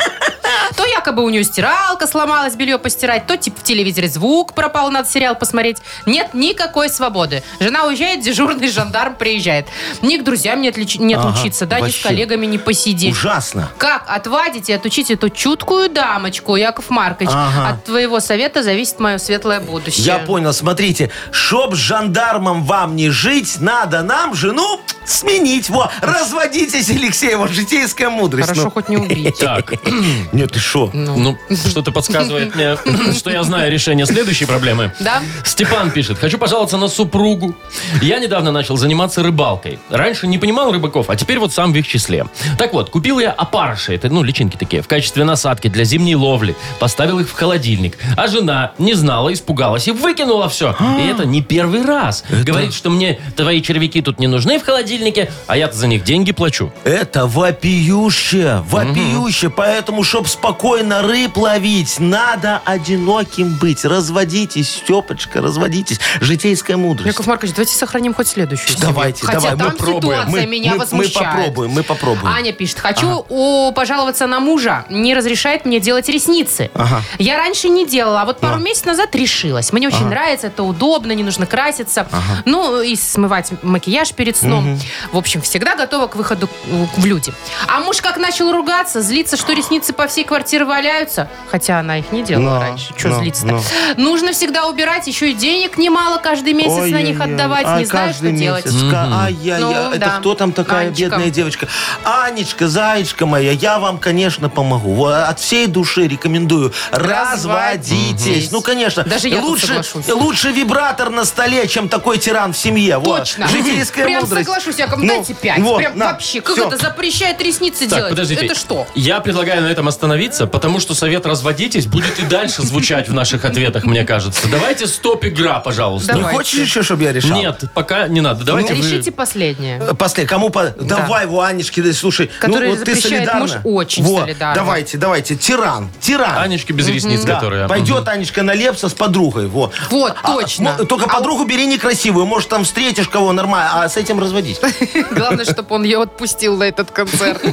S2: То якобы у нее стиралка сломалась, белье постирать, то типа в телевизоре звук пропал, надо сериал посмотреть. Нет никакой свободы. Жена уезжает, дежурный жандарм приезжает. Ни к друзьям не, отлич- не
S4: Ага,
S2: отлучиться, да, ни с
S4: вообще.
S2: коллегами не посидеть.
S4: Ужасно.
S2: Как отвадить и отучить эту чуткую дамочку, Яков Маркович?
S4: Ага.
S2: От твоего совета зависит мое светлое будущее.
S4: Я понял, смотрите, чтоб с жандармом вам не жить, надо нам жену сменить. Во, разводитесь, Алексей, вот житейская мудрость.
S2: Хорошо,
S4: ну.
S2: хоть не убить.
S3: Так,
S4: Не, Нет, ты шо?
S3: Ну, что-то подсказывает мне, что я знаю решение следующей проблемы.
S2: Да?
S3: Степан пишет, хочу пожаловаться на супругу. Я недавно начал заниматься рыбалкой. Раньше не понимал рыбаков, а теперь вот сам в их числе. Так вот, купил я опарыши, это, ну, личинки такие, в качестве насадки для зимней ловли. Поставил их в холодильник. А жена не знала, испугалась и выкинула все. И это не первый раз. Говорит, что мне твои червяки тут не нужны в холодильнике, а я-то за них деньги плачу.
S4: Это вопиюще, вопиюще. Поэтому, чтоб спокойно рыб ловить, надо одиноким быть. Разводитесь, Степочка, разводитесь. Житейская мудрость.
S2: Яков Маркович, давайте сохраним хоть следующую. тему.
S4: Давайте,
S2: Хотя
S4: давай, мы
S2: там
S4: пробуем.
S2: ситуация
S4: Мы-
S2: меня
S4: мы- мы
S2: возмущает.
S4: попробуем, мы попробуем.
S2: Аня пишет, хочу у- пожаловаться на мужа. Не разрешает мне делать ресницы.
S4: Ага.
S2: Я раньше не делала, а вот пару месяцев назад решилась. Мне очень нравится, это удобно, не нужно краситься. Ну, и смывать макияж перед сном. В общем, всегда готова к выходу э, в люди. А муж как начал ругаться, злиться, что ресницы по всей квартире валяются. Хотя она их не делала
S4: Но,
S2: раньше. Че
S4: но,
S2: злиться-то?
S4: но.
S2: Нужно всегда убирать, еще и денег немало каждый месяц на них
S4: Ой-ой-ой.
S2: отдавать,
S4: А
S2: не знаю, что
S4: каждый
S2: делать.
S4: месяц. Ка- Ай-яй-яй,
S2: Ну,
S4: это
S2: да.
S4: кто там такая
S2: Анечка.
S4: бедная девочка? Анечка, зайчка моя, я вам, конечно, помогу. Во, От всей души рекомендую. Разводитесь. Ну, конечно.
S2: Даже я тут
S4: лучше,
S2: соглашусь.
S4: лучше вибратор на столе, чем такой тиран в семье. Во,
S2: Точно.
S4: Житейская
S2: Прям
S4: мудрость.
S2: соглашусь, Яков,
S4: Ну,
S2: дайте пять.
S4: вот,
S2: Прям
S4: на,
S2: вообще, как
S4: всё.
S2: это запрещает ресницы
S3: Так,
S2: делать?
S3: подождите.
S2: Это что?
S3: Я предлагаю на этом остановиться, потому что совет «разводитесь» будет и дальше звучать в наших ответах, мне кажется. Давайте стоп-игра, пожалуйста.
S4: Не
S2: Давайте.
S4: хочешь еще, чтобы я решал?
S3: Нет, пока не надо. Давайте вы-
S2: Решите последнее.
S4: После, кому по... Давай, во, Анечке, да, слушай,
S2: Который
S4: ну вот ты
S2: запрещает
S4: солидарна.
S2: муж, очень
S4: Во,
S2: солидарна.
S4: Давайте, давайте, тиран, тиран.
S3: Анечки без ресниц,
S4: Да,
S3: которая...
S4: Пойдет Анечка на Лепса с подругой. Во.
S2: Вот,
S4: А,
S2: точно.
S4: ну, только
S2: А
S4: подругу бери некрасивую. Может, там встретишь кого нормально, а с этим разводись.
S2: Главное, чтобы он ее отпустил на этот концерт.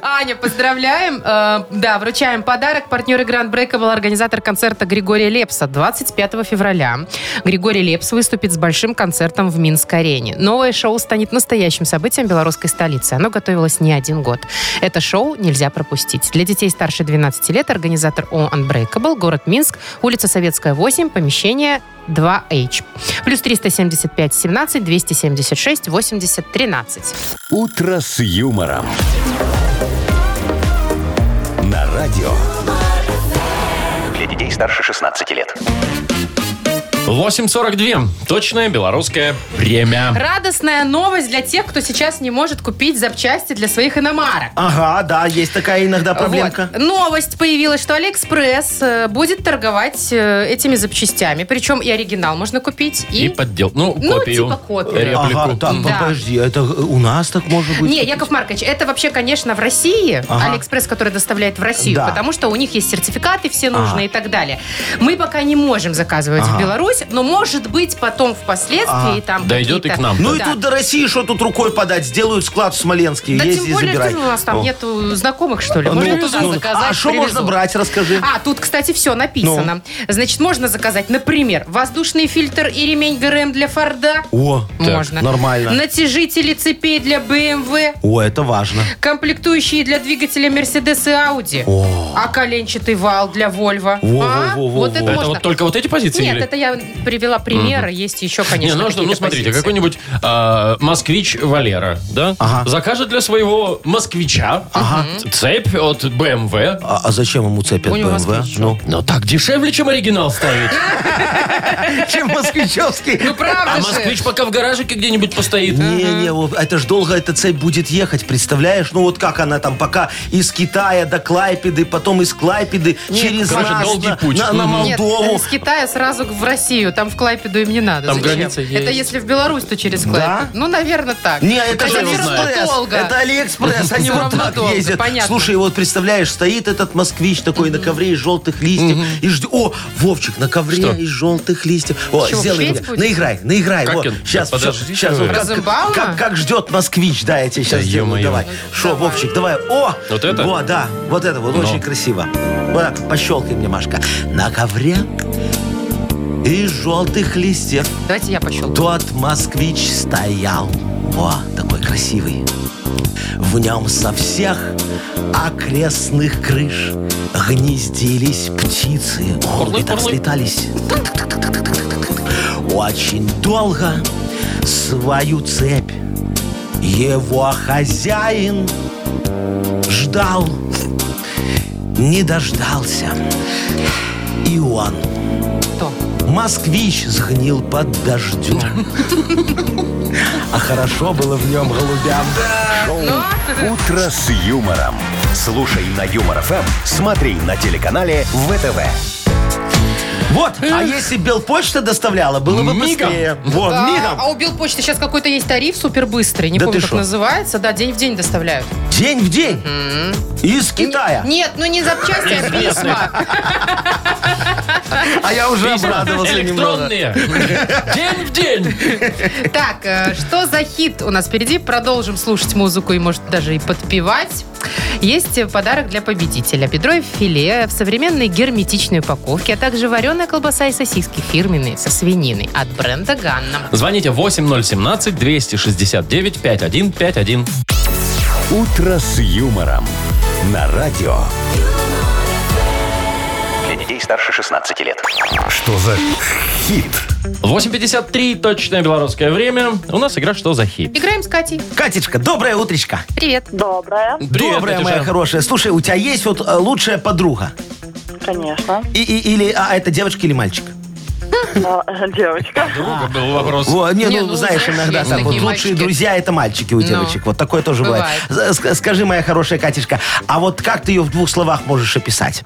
S2: Аня, поздравляем. Э, Да, вручаем подарок. Партнер игры Unbreakable, организатор концерта Григория Лепса 25 февраля. Григорий Лепс выступит с большим концертом в Минск-арене. Новое шоу станет настоящим событием белорусской столицы. Оно готовилось не один год. Это шоу нельзя пропустить. Для детей старше 12 лет организатор ООО Unbreakable, город Минск, улица Советская, 8, помещение 2H. Плюс 375 17 276 80 13.
S1: «Утро с юмором». На радио.
S5: Для детей старше 16 лет.
S3: 8.42. Точное белорусское время.
S2: Радостная новость для тех, кто сейчас не может купить запчасти для своих иномарок.
S4: Ага, да, есть такая иногда проблемка.
S2: Вот. Новость появилась, что Алиэкспресс э, будет торговать э, этими запчастями. Причем и оригинал можно купить, и...
S3: И поддел. Ну,
S2: Ну,
S3: копию. Э,
S2: типа копию.
S3: Реплику.
S4: Ага, так,
S2: Да.
S4: подожди, это у нас так может быть?
S2: Не, Яков Маркович, это вообще, конечно, в России,
S4: Ага.
S2: Алиэкспресс, который доставляет в Россию,
S4: Да.
S2: потому что у них есть сертификаты все нужные и так далее. Мы пока не можем заказывать в
S4: Ага.
S2: Беларусь, но, может быть, потом впоследствии
S4: Ага.
S2: там
S3: Дойдет и
S2: какие-то-
S3: к нам.
S4: Ну и
S2: Да.
S4: тут до России что тут рукой подать? Сделают склад в Смоленске,
S2: Да
S4: езди
S2: тем более,
S4: забирай.
S2: что у нас там
S4: О.
S2: нету знакомых, что ли.
S4: Ну,
S2: Можно
S4: ну,
S2: туда
S4: ну,
S2: заказать,
S4: а что
S2: привезут.
S4: можно брать, расскажи.
S2: А, тут, кстати, все
S4: Ну.
S2: написано. Значит, можно заказать, например, воздушный фильтр и ремень ГРМ для Форда.
S4: О,
S2: Можно.
S4: нормально.
S2: Натяжители цепей для BMW.
S4: О, это важно.
S2: Комплектующие для двигателя Mercedes и Audi.
S4: О.
S2: А коленчатый вал для Volvo.
S4: Во,
S2: А?
S4: во, во, во,
S2: Вот это
S4: во.
S3: Это
S2: можно.
S3: вот только вот эти позиции?
S2: Нет,
S3: или-
S2: это я привела примеры. Есть еще,
S3: Не,
S2: конечно,
S3: ну а что, ну
S2: какие-то
S3: смотрите,
S2: позиции.
S3: какой-нибудь а, москвич Валера, да,
S4: Ага.
S3: закажет для своего москвича цепь от эм BMW.
S4: А, а зачем ему цепь от
S2: У него
S4: BMW?
S2: москвичок.
S4: Ну,
S3: Но так дешевле, чем оригинал ставить.
S4: А, чем москвичевский?
S2: Ну
S3: А
S2: правда же.
S3: москвич пока в гаражике где-нибудь постоит.
S4: Не-не, вот это ж долго эта цепь будет ехать, представляешь? Ну вот как она там пока из Китая до Клайпеды, потом из Клайпеды через
S3: короче,
S4: нас
S3: долгий
S4: на,
S3: путь.
S4: на- на
S3: Мгм.
S2: Нет, э,
S4: Молдову.
S2: из Китая сразу в Россию. Там в Клайпеду им не надо.
S3: Там
S2: Зачем?
S3: граница есть.
S2: Это если в Беларусь, то через Клайпеду.
S4: Да?
S2: Ну, наверное, так.
S4: Не, это же
S2: Хотя всё равно
S4: Алиэкспресс.
S2: долго.
S4: Это Алиэкспресс, они
S2: Всё
S4: вот
S2: равно
S4: так
S2: долго,
S4: ездят.
S2: понятно.
S4: Слушай, вот представляешь, стоит этот москвич такой на ковре из желтых листьев и ждет. О, Вовчик, на ковре из желтых листьев. О,
S2: Чё,
S4: сделай
S2: петь
S4: мне.
S2: будет?
S4: Наиграй, наиграй.
S3: Как
S4: вот.
S3: это?
S4: Сейчас,
S3: Подождите
S4: сейчас.
S3: вы.
S2: Розенбаума?
S4: Как, как, как ждет москвич, да, я тебе сейчас
S3: Да
S4: сделаю.
S3: ё-моё.
S4: Давай. Шо, Вовчик, давай. О!
S3: Вот это?
S4: Во, да, вот это вот,
S3: Ну.
S4: очень красиво. Вот так, пощелкай мне, Машка. На ковре из желтых листьев
S2: Давайте я пощелкаю.
S4: тот москвич стоял. О, такой красивый. В нем со всех окрестных крыш гнездились птицы. О,
S3: Орлы,
S4: вы так
S3: орлы.
S4: слетались. Очень долго свою цепь его хозяин ждал. Не дождался. Иоанн.
S2: Кто?
S4: Москвич сгнил под дождем. А хорошо было в нем голубям.
S1: «Утро с юмором». Слушай на Юмор ФМ, смотри на телеканале ВТВ.
S4: Вот, а если Белпочта доставляла, было бы
S3: Мигом.
S4: быстрее. Вот,
S2: А,
S4: мигом.
S2: а у Белпочты сейчас какой-то есть тариф супербыстрый. Не
S4: Да
S2: помню,
S4: ты
S2: как
S4: шо?
S2: называется. Да, день в день доставляют.
S4: День в день. Из Китая.
S2: Нет, ну не запчасти, а письма.
S4: А я уже обрадовался немного.
S3: Электронные. День в день.
S2: Так, э, что за хит у нас впереди? Продолжим слушать музыку и, может, даже и подпевать. Есть э, подарок для победителя. Бедро и филе в современной герметичной упаковке, а также вареная колбаса и сосиски фирменные со свининой от бренда Ганна.
S3: Звоните 8017-269-5151.
S1: «Утро с юмором» на радио.
S5: Для детей старше 16 лет.
S1: Что за хит?
S3: 8.53, точное белорусское время. У нас игра «Что за хит?».
S2: Играем с Катей. Ну,
S4: Катечка, доброе утречко.
S2: Привет.
S8: Доброе,
S3: Привет,
S4: доброе,
S3: Катюша.
S4: моя хорошая. Слушай, у тебя есть вот э, лучшая подруга?
S8: конечно.
S4: И, и- или, а это девочка или мальчик?
S8: А, Девочка.
S3: Друга был вопрос.
S4: Во, не,
S2: Не,
S4: ну,
S2: ну,
S4: знаешь,
S2: знаешь,
S4: иногда
S2: есть
S4: так вот
S2: такие
S4: лучшие
S2: мальчики.
S4: друзья это мальчики у девочек. Вот такое тоже бывает. С- с- Скажи, моя хорошая Катечка, а вот как ты ее в двух словах можешь описать?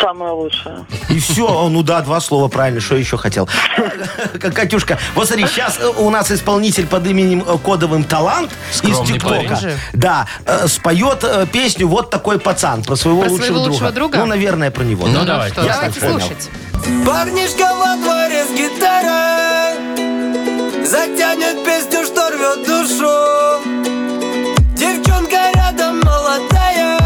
S8: Самое лучшее.
S4: И все, ну да, два слова, правильно, что еще хотел. Катюшка, вот смотри, сейчас у нас исполнитель под именем э, Кодовым Талант из
S3: Скромный
S4: ТикТока.
S2: парень.
S4: Да, э, споет э, песню «Вот такой пацан» про своего
S2: Про
S4: лучшего
S2: своего
S4: друга.
S2: лучшего друга?
S4: Ну, наверное, про него.
S3: Ну,
S4: да.
S3: давай.
S2: что,
S4: Я
S2: давайте
S4: так понял.
S2: слушать.
S9: Парнишка во дворе с гитарой Затянет песню, что рвет душу Девчонка рядом молодая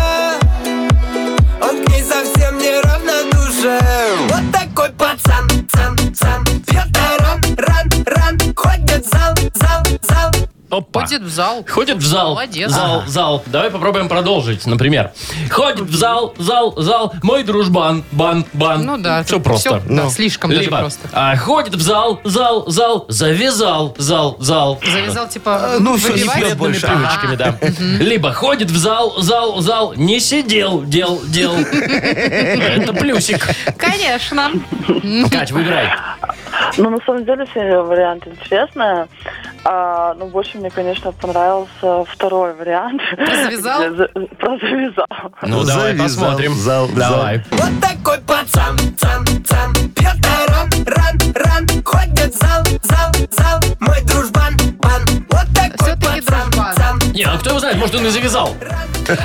S9: Он к ней совсем не равнодушен Вот такой пацан, цан, цан Ветеран, ран, ран Ходит в зал, зал, зал
S3: Опа.
S2: Ходит в зал.
S3: Ходит в зал.
S2: Молодец.
S3: Зал, зал. Давай попробуем продолжить, например. Ходит в зал, зал, зал. Мой дружбан, бан, бан.
S2: Ну да,
S3: Все
S2: тут
S3: просто.
S2: всё, да, слишком даже
S3: Либо,
S2: просто.
S3: а, ходит в зал, зал, зал. Завязал, зал, зал.
S2: Завязал, типа,
S4: Э, ну, всё, не
S2: выпивать?
S4: пьет больше.
S3: С привычками, да. Либо ходит в зал, зал, зал. Не сидел, дел, дел. Это плюсик.
S2: Конечно.
S3: Кать, выбирай.
S8: Ну, на самом деле, все варианты интересные. А, ну, больше мне, конечно, понравился второй вариант.
S2: Развязал?
S8: Где за- Про завязал.
S3: Ну, давай
S4: Завязал,
S3: посмотрим.
S4: зал, зал.
S3: Давай.
S9: Вот такой пацан, цан, цан Ветеран, ран, ран Ходит в зал, зал, зал Мой дружбан, бан Вот такой
S2: Всё-таки
S9: пацан,
S2: дружбан.
S9: цан
S3: Не, а кто его знает, может, он и завязал.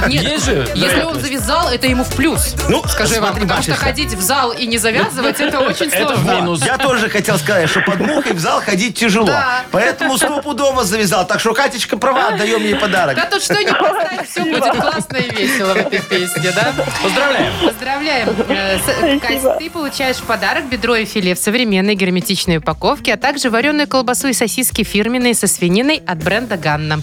S2: Нет,
S3: Есть же
S2: если он
S3: вероятность.
S2: завязал, это ему в плюс.
S4: Ну,
S2: Скажи вам,
S4: смотри,
S2: потому что
S4: Катюшка,
S2: ходить в зал и не завязывать, это очень
S3: Это в
S2: сложно.
S3: минус.
S4: Я тоже хотел сказать, что под мухой в зал ходить тяжело.
S2: Да.
S4: Поэтому стопу дома завязал. Так что Катечка права, отдаем ей подарок.
S2: Да тут что не поставь, все будет классно и весело в этой песне, да?
S3: Поздравляем.
S2: Поздравляем. Э, с- Кать, ты получаешь в подарок бедро и филе в современной герметичной упаковке, а также вареную колбасу и сосиски фирменные со свининой от бренда «Ганна».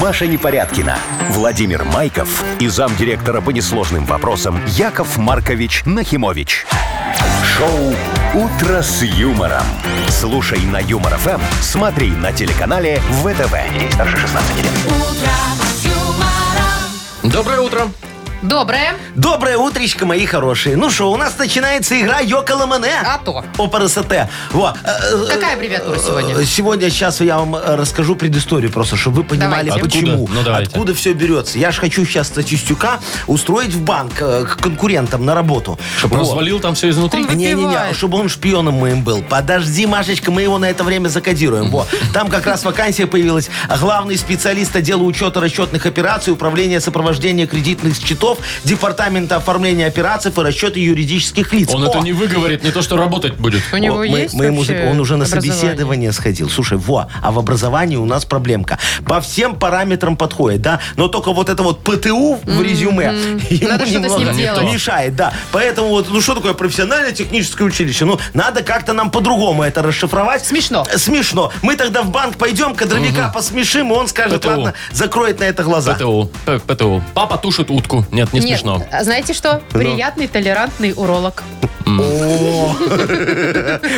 S1: Маша Непорядкина, Владимир Майков и замдиректора по несложным вопросам Яков Маркович Нахимович. Шоу «Утро с юмором». Слушай на Юмор ФМ, смотри на телеканале ВТВ. Ей старше 16 лет.
S3: Доброе утро.
S2: Доброе.
S4: Доброе утречко, мои хорошие. Ну что, у нас начинается игра
S2: А
S4: Йоколомане.
S2: то.
S4: ОПРСТ. Вот.
S2: Какая аббревиатура сегодня?
S4: э, Сегодня сейчас я вам э, расскажу предысторию просто, чтобы вы понимали,
S2: Давайте.
S4: почему,
S3: Откуда? Ну, давайте.
S4: откуда все берется. Я же хочу сейчас статистюка устроить в банк э, к конкурентам на работу.
S3: Чтобы
S4: Вот.
S3: развалил там все изнутри.
S4: Не-не-не,
S2: выпивает.
S4: чтобы он шпионом моим был. Подожди, Машечка, мы его на это время закодируем. Во. Там как раз вакансия появилась. Главный специалист отдела учета расчетных операций, управления сопровождения кредитных счетов, департамента оформления операций и расчета юридических лиц.
S3: Он
S4: О!
S3: это не выговорит, не то, что работать будет.
S2: У него
S4: Вот, мы-
S2: есть
S4: мы ему
S2: вообще
S4: зап- он уже на
S2: образование?
S4: собеседование сходил. Слушай, во, а в образовании у нас проблемка. По всем параметрам подходит, да? Но только вот это вот ПТУ в резюме ему
S2: Надо что-то с ним
S4: немного
S2: делать.
S4: мешает, да. Поэтому вот, ну что такое профессиональное техническое училище? Ну, надо как-то нам по-другому это расшифровать.
S2: Смешно.
S4: Э, Смешно. Мы тогда в банк пойдем, кадровика посмешим, и он скажет,
S3: ПТУ.
S4: ладно, закроет на это глаза.
S3: ПТУ. П- ПТУ. Папа тушит утку. Нет, не
S2: Нет,
S3: смешно.
S2: а знаете что?
S4: Ну.
S2: Приятный, толерантный уролог.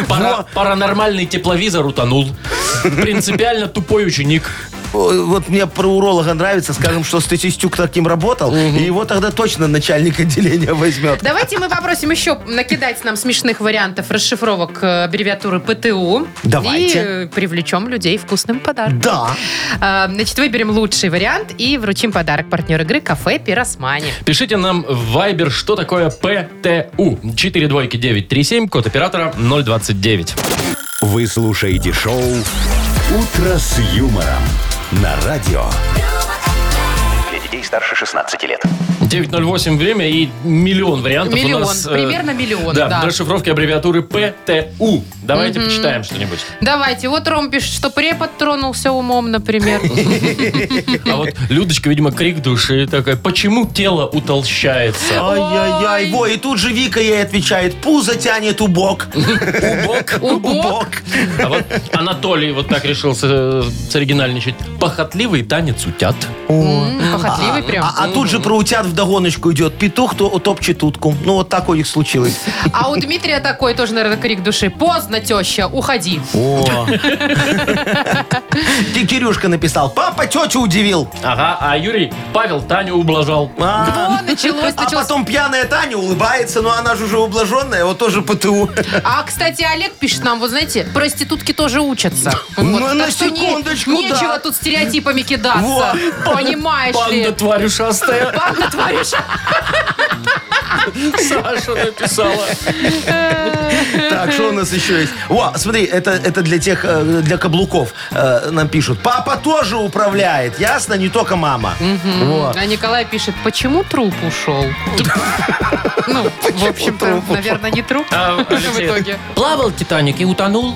S3: Пара- Паранормальный тепловизор утонул. Принципиально тупой ученик.
S4: о, вот мне про уролога нравится, скажем, что статистюк таким работал, и его тогда точно начальник отделения возьмет.
S2: Давайте мы попросим еще накидать нам смешных вариантов расшифровок э, аббревиатуры ПТУ.
S4: Давайте.
S2: И э, привлечем людей вкусным подарком.
S4: Да.
S2: А, Значит, выберем лучший вариант и вручим подарок партнер игры кафе «Пиросмани».
S3: Пишите нам в Viber, что такое ПТУ. 4 двойки 937, код оператора 029.
S1: Вы слушаете шоу «Утро с юмором» на радио.
S5: Для детей старше 16 лет.
S3: 908 время и миллион вариантов
S2: Миллион,
S3: у нас. э,
S2: примерно миллион,
S3: Да,
S2: да.
S3: расшифровки аббревиатуры ПТУ. Давайте почитаем что-нибудь.
S2: Давайте, вот Ром пишет, что препод тронулся умом, например.
S3: А вот Людочка, видимо, крик души такая. Почему тело утолщается?
S4: Ай-яй-яй. Во, и тут же Вика ей отвечает, пузо тянет убок.
S3: Убок.
S2: Убок.
S3: А вот Анатолий вот так решил с- э, соригинальничать. Похотливый танец утят.
S2: М, Похотливый прям.
S4: А, а тут же про утят вдогоночку идет. Петух то топчет утку. Ну, вот так у них случилось.
S2: А у Дмитрия такой тоже, наверное, крик души. Поздно, теща, уходи.
S4: О. Ты, Кирюшка написал, папа тетю удивил.
S3: Ага, а Юрий Павел Таню ублажал.
S4: А.
S2: О, началось,
S4: А
S2: началось.
S4: потом пьяная Таня улыбается, но она же уже ублаженная, вот тоже ПТУ.
S2: А, кстати, Олег пишет нам, вот знаете, проститутки тоже учатся.
S4: Ну,
S2: Вот,
S4: на
S2: так что не-
S4: секундочку, да.
S2: Нечего тут стереотипами кидаться. Понимаешь
S3: Панда
S2: ли?
S3: тварь ушастая.
S2: Панда творишь.
S3: Саша написала.
S4: Так, что у нас еще есть? О, смотри, это, это для тех, э, для каблуков э, нам пишут. Папа тоже управляет, ясно? Не только мама. Вот.
S2: А Николай пишет, почему труп ушел? Ну, в общем-то, наверное, не труп
S3: А,
S2: в
S3: Алексей,
S2: итоге.
S3: Плавал Титаник и утонул.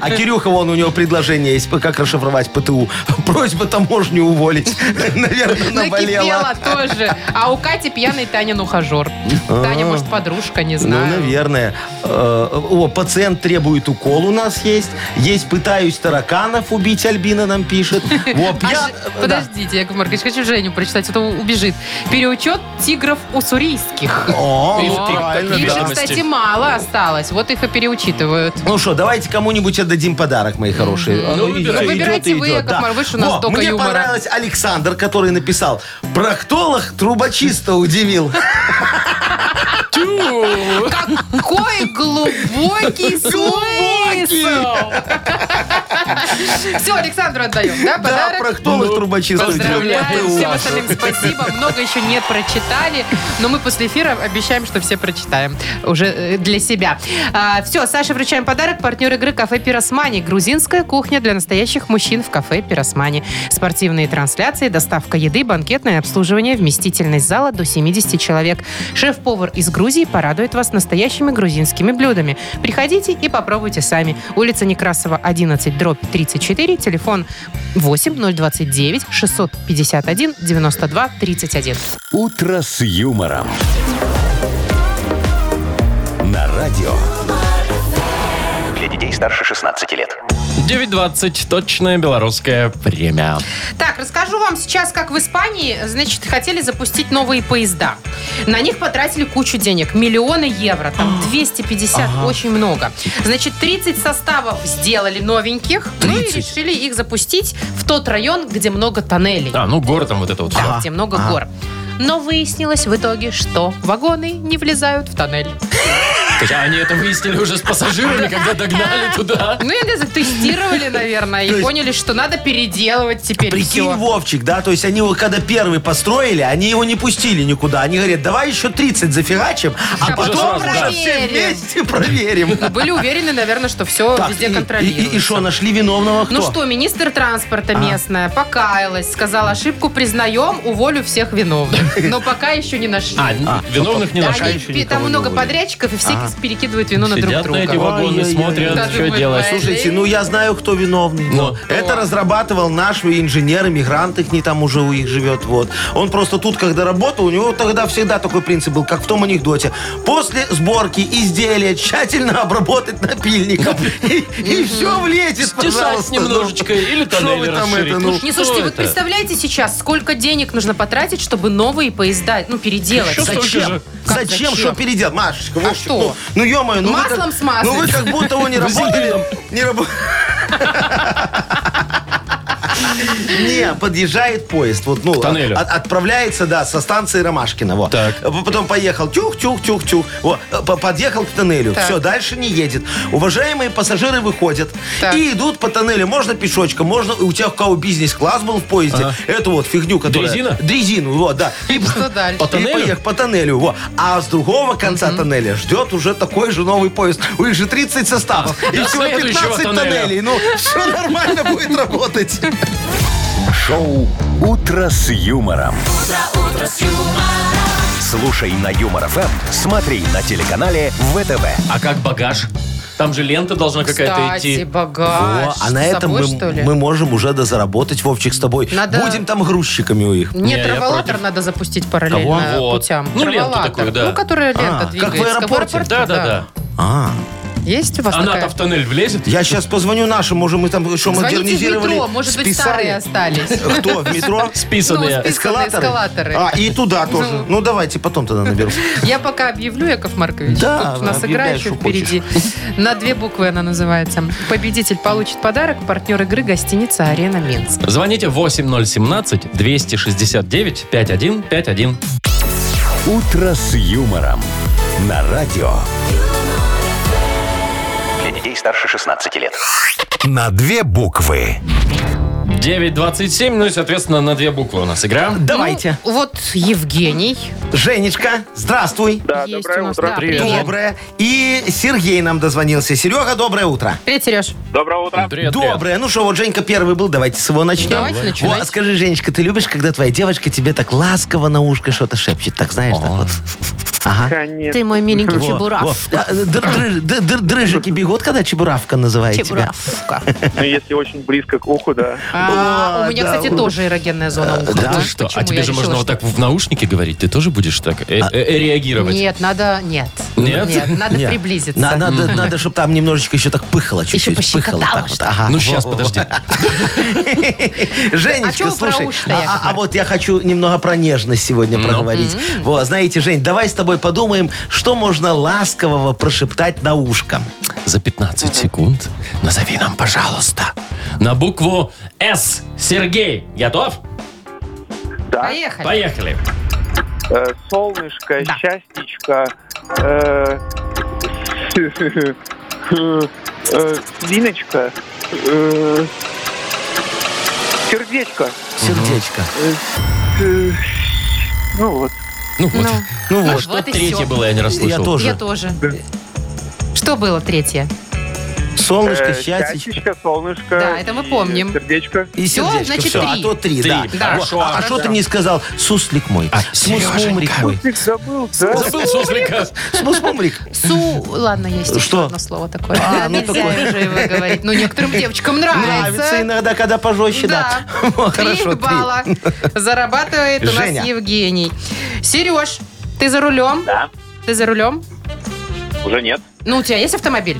S4: А Кирюха, вон, у него предложение есть, как расшифровать ПТУ. Просьба таможню уволить. Наверное,
S2: Накипела
S4: наболела.
S2: тоже. А у Кати пьяный Танин ухажер. Таня, может, подружка, не
S4: А. Ну,
S2: знаю.
S4: наверное. Э, О, пациент требует укол у нас есть. Есть пытаюсь тараканов убить, Альбина нам пишет. Во,
S2: А
S4: пья-
S2: Ж-
S4: э, да.
S2: Подождите, Яков Маркович, хочу Женю прочитать, а то убежит. Переучет тигров уссурийских.
S4: О,
S3: И в
S4: ну,
S3: тик-
S4: правильно,
S2: Их же,
S4: да.
S3: видимости.
S2: кстати, мало осталось. Вот их и переучитывают.
S4: Ну что, давайте кому-нибудь отдадим подарок, мои хорошие.
S3: Ну,
S4: Оно
S3: выбирайте.
S4: идет и
S2: Выбирайте вы,
S4: идет,
S2: Яков Маркович, вы ж у нас
S4: Во,
S2: дока
S4: Мне
S2: юмора.
S4: понравилось Александр, который написал, проктолог трубочиста удивил.
S2: Какой глубокий смысл! Все, Александру отдаем, да,
S4: Да,
S2: подарок?
S4: проктолог трубочиста удивил.
S2: Поздравляем.
S4: Ну,
S2: Всем
S4: ладно.
S2: остальным спасибо. Много еще не прочитали, но мы после эфира обещаем, что все прочитаем. Уже э, для себя. все, А, Саше вручаем подарок. Партнер игры «Кафе Пиросмани». Грузинская кухня для настоящих мужчин в «Кафе Пиросмани». Спортивные трансляции, доставка еды, банкетное обслуживание, вместительность зала до 70 человек. Шеф-повар из Грузии порадует вас настоящими грузинскими блюдами. Приходите и попробуйте сами. Улица Некрасова, 11, дробь 34, телефон 8 029 651 92 31.
S1: «Утро с юмором». На радио.
S5: Для детей старше 16 лет.
S3: 9.20, точное белорусское время.
S2: Так, расскажу вам сейчас, как в Испании, значит, хотели запустить новые поезда. На них потратили кучу денег, миллионы евро,
S4: А.
S2: там 250, очень много. Значит, 30 составов сделали новеньких, ну и
S4: 30.
S2: решили их запустить в тот район, где много тоннелей.
S3: А, ну город там вот это вот.
S2: Да,
S3: всё.
S2: где много гор. Но выяснилось в итоге, что вагоны не влезают в тоннель.
S3: То есть они это выяснили уже с пассажирами, когда догнали туда.
S2: Ну, я не знаю, тестировали, наверное,
S4: То
S2: и
S4: есть-
S2: поняли, что надо переделывать теперь
S4: Прикинь,
S2: все.
S4: Вовчик, да, то есть они его, когда первый построили, они его не пустили никуда. Они говорят, давай еще 30 зафигачим, а
S2: Чтобы
S4: потом
S3: сразу,
S4: уже
S2: да.
S4: все вместе проверим.
S2: Были уверены, наверное, что все
S4: Так,
S2: везде
S4: и-
S2: контролируется.
S4: И что, нашли виновного кто?
S2: Ну что, министр
S3: А.
S2: транспорта местная покаялась, сказала ошибку, признаем, уволю всех виновных. Но пока еще не нашли.
S3: А, виновных не
S2: Да,
S3: нашли.
S2: они
S4: еще
S2: пи-
S4: никого
S2: там
S4: не
S2: много
S4: уволили.
S2: подрядчиков, и все перекидывают вину на друг
S3: Сидят на эти
S2: друга.
S3: вагоны,
S4: Ой-ой-ой.
S3: смотрят,
S2: Да
S3: что
S2: ты
S3: делать.
S2: бываешь.
S4: Слушайте, ну я знаю, кто виновный.
S3: Ну.
S4: Вот. Это разрабатывал наш инженер, мигрант их не там уже у них живет. Вот. Он просто тут, когда работал, у него тогда всегда такой принцип был, как в том анекдоте. После сборки изделия тщательно обработать напильником. И- И все влезет,
S3: Стесать
S4: пожалуйста. Ну,
S3: Ну, немножечко или
S4: шо
S3: тоннель
S4: вы там
S3: расширить.
S4: это,
S3: Ну,
S4: ну,
S2: Не,
S3: Что
S2: слушайте, вот
S3: это?
S2: представляете сейчас, сколько денег нужно потратить, чтобы новые поезда, ну, переделать.
S3: Еще столько же.
S4: Зачем?
S2: Как
S4: Зачем?
S2: зачем?
S4: Что переделать? Машечка,
S2: А
S4: Вовчик,
S2: что?
S4: ну, ну ё-моё. Ну, вы
S2: Маслом
S4: как-
S2: смазать.
S4: Ну вы как будто его не работали. Не работали. Не, подъезжает поезд. Вот, ну,
S3: тоннелю.
S4: от- отправляется, да, со станции Ромашкина. Вот.
S3: Так.
S4: Э, Потом поехал тюх-тюх-тюх-тюх. Вот, э, по- подъехал к тоннелю.
S2: Так.
S4: Все, дальше не едет. Уважаемые пассажиры выходят
S2: Так.
S4: и идут по тоннелю. Можно пешочком, можно... У тех, у кого бизнес-класс был в поезде,
S3: Ага.
S4: эту вот фигню, которая...
S3: Дрезина?
S4: Дрезину, вот, да. И
S2: Что дальше?
S3: По тоннелю?
S4: и поех- по тоннелю. Во. А с другого конца тоннеля ждет уже такой же новый поезд. У них же 30 составов. И
S3: До
S4: всего
S3: следующего
S4: 15
S3: тоннеля.
S4: тоннелей. Ну, все нормально будет работать.
S1: Шоу «Утро с юмором».
S7: утро с юмором,
S1: Слушай на Юмор ФМ, смотри на телеканале ВТВ.
S3: А как багаж? Там же лента должна какая-то
S2: Кстати,
S3: идти.
S2: багаж.
S4: Во, а на
S2: С
S4: этом
S2: собой,
S4: мы,
S2: что ли?
S4: мы можем уже дозаработать, Вовчик, с тобой.
S2: Надо-
S4: Будем там грузчиками у их.
S3: Не, я
S2: Нет, траволатор
S3: против.
S2: надо запустить параллельно
S3: Кого? Вот.
S2: путям.
S3: Ну, ленту
S2: Траволатор.
S3: такую, да.
S2: Ну, которая лента
S4: А, как в
S2: двигается.
S4: аэропорте?
S3: Да-да-да.
S4: А,
S2: Есть у вас
S3: Она-то
S2: такая?
S3: в тоннель влезет?
S4: я сейчас позвоню нашим, может, мы там еще
S2: Звоните в
S4: модернизировали.
S2: метро, может быть, старые
S4: списали.
S2: остались.
S4: Кто, в метро?
S3: Списанная.
S2: Ну, спис- Списанные эскалаторы.
S4: А, и туда тоже. Ну, давайте потом тогда наберу.
S2: Я пока объявлю, Яков Маркович.
S4: Да,
S2: Тут у нас
S4: объявляй,
S2: игра еще
S4: что
S2: впереди. На две буквы она называется. Победитель получит подарок. Партнер игры гостиница «Арена Минск».
S3: Звоните 8017-269-5151.
S1: «Утро с юмором» на радио.
S5: Для детей старше 16 лет.
S1: На две буквы.
S3: 927, ну и, соответственно, на две буквы у нас игра.
S4: Давайте.
S2: Ну, вот Евгений.
S4: Женечка, здравствуй.
S6: Да,
S2: Есть у
S6: доброе
S2: нас,
S6: утро.
S2: да,
S3: Привет.
S2: привет.
S4: Доброе. И Сергей нам дозвонился. Серега, доброе утро.
S2: Привет, Сереж.
S6: Доброе утро.
S3: Привет, привет.
S4: Доброе. Ну что, вот Женька первый был, давайте с его начнем.
S2: Давайте,
S4: Вот,
S2: начинайте.
S4: скажи, Женечка, ты любишь, когда твоя девочка тебе так ласково на ушко что-то шепчет? Так знаешь, так вот. Ага.
S6: Конечно.
S2: Ты мой миленький
S4: Во,
S2: чебурак.
S4: во. А, др- др- др- др- Дрыжики бегут, когда чебуравка называет тебя.
S2: Чебуравка.
S6: Ну, если очень близко к уху, да.
S2: А,
S4: О,
S2: У меня,
S4: да,
S2: кстати,
S4: вот. Э,
S2: тоже эрогенная зона уха.
S4: Да,
S3: Ты
S2: Знаешь,
S3: что,
S2: почему?
S3: а тебе
S2: Я
S3: же
S2: решила,
S3: можно вот
S2: что- А-
S3: так в наушнике говорить? Ты тоже будешь так э, э, э, реагировать?
S2: Нет, надо... Нет.
S3: Нет?
S2: надо
S4: Не.
S2: приблизиться.
S4: На- Надо, надо, чтобы там немножечко еще так пыхало чуть-чуть.
S2: пощекотало,
S4: пыхало, так вот.
S2: что ли?
S4: Ага.
S3: Ну,
S4: Во,
S3: сейчас,
S4: во,
S3: подожди.
S2: А чё
S4: Женечка,
S2: вы про
S4: слушай,
S2: уши-то, Яков
S4: а, а- а вот я хочу немного про нежность сегодня проговорить. Вот, знаете, Жень, давай с тобой подумаем, что можно ласкового прошептать на ушко.
S3: За 15 секунд назови нам, пожалуйста, на букву «С». Сергей, готов?
S6: Да.
S2: Поехали.
S3: Поехали.
S6: Э, солнышко,
S2: Да.
S6: счастьечко. э, э, э, Линочка. э, Сердечко.
S4: Сердечко.
S6: Э, Ну вот.
S3: Ну вот.
S2: Ну,
S4: Ну
S3: А
S4: вот.
S3: что
S2: вот и
S3: третье
S2: всё.
S3: было, я не расслышал.
S4: Я тоже.
S2: я тоже. Что было третье?
S4: Солнышко,
S6: Э,
S4: счастье.
S6: Счастьечко, солнышко.
S2: Да, это мы
S6: и
S2: помним.
S6: Сердечко.
S4: И
S2: Всё,
S4: сердечко.
S2: значит,
S4: Всё,
S2: три.
S4: А то три,
S3: Три.
S4: да.
S3: Да,
S4: Вот.
S3: хорошо.
S4: А а что ты мне сказал? Суслик мой.
S3: А,
S4: Смус- Смумрик
S3: Сереженька.
S4: мой.
S6: Ты забыл, да?
S3: Забыл суслика.
S4: Смусмумрик.
S2: Су... Ладно, есть еще
S4: Что?
S2: одно слово такое.
S4: А, ну
S2: Нельзя
S4: такое.
S2: уже его говорить. Ну, некоторым девочкам
S4: Нравится
S2: нравится.
S4: иногда, когда пожестче, да. Во,
S2: Три
S4: Хорошо, три.
S2: балла зарабатывает у нас
S4: Женя.
S2: Евгений. Сереж, ты за рулем?
S6: Да.
S2: Ты за рулем?
S6: Уже нет.
S2: Ну, у тебя есть автомобиль?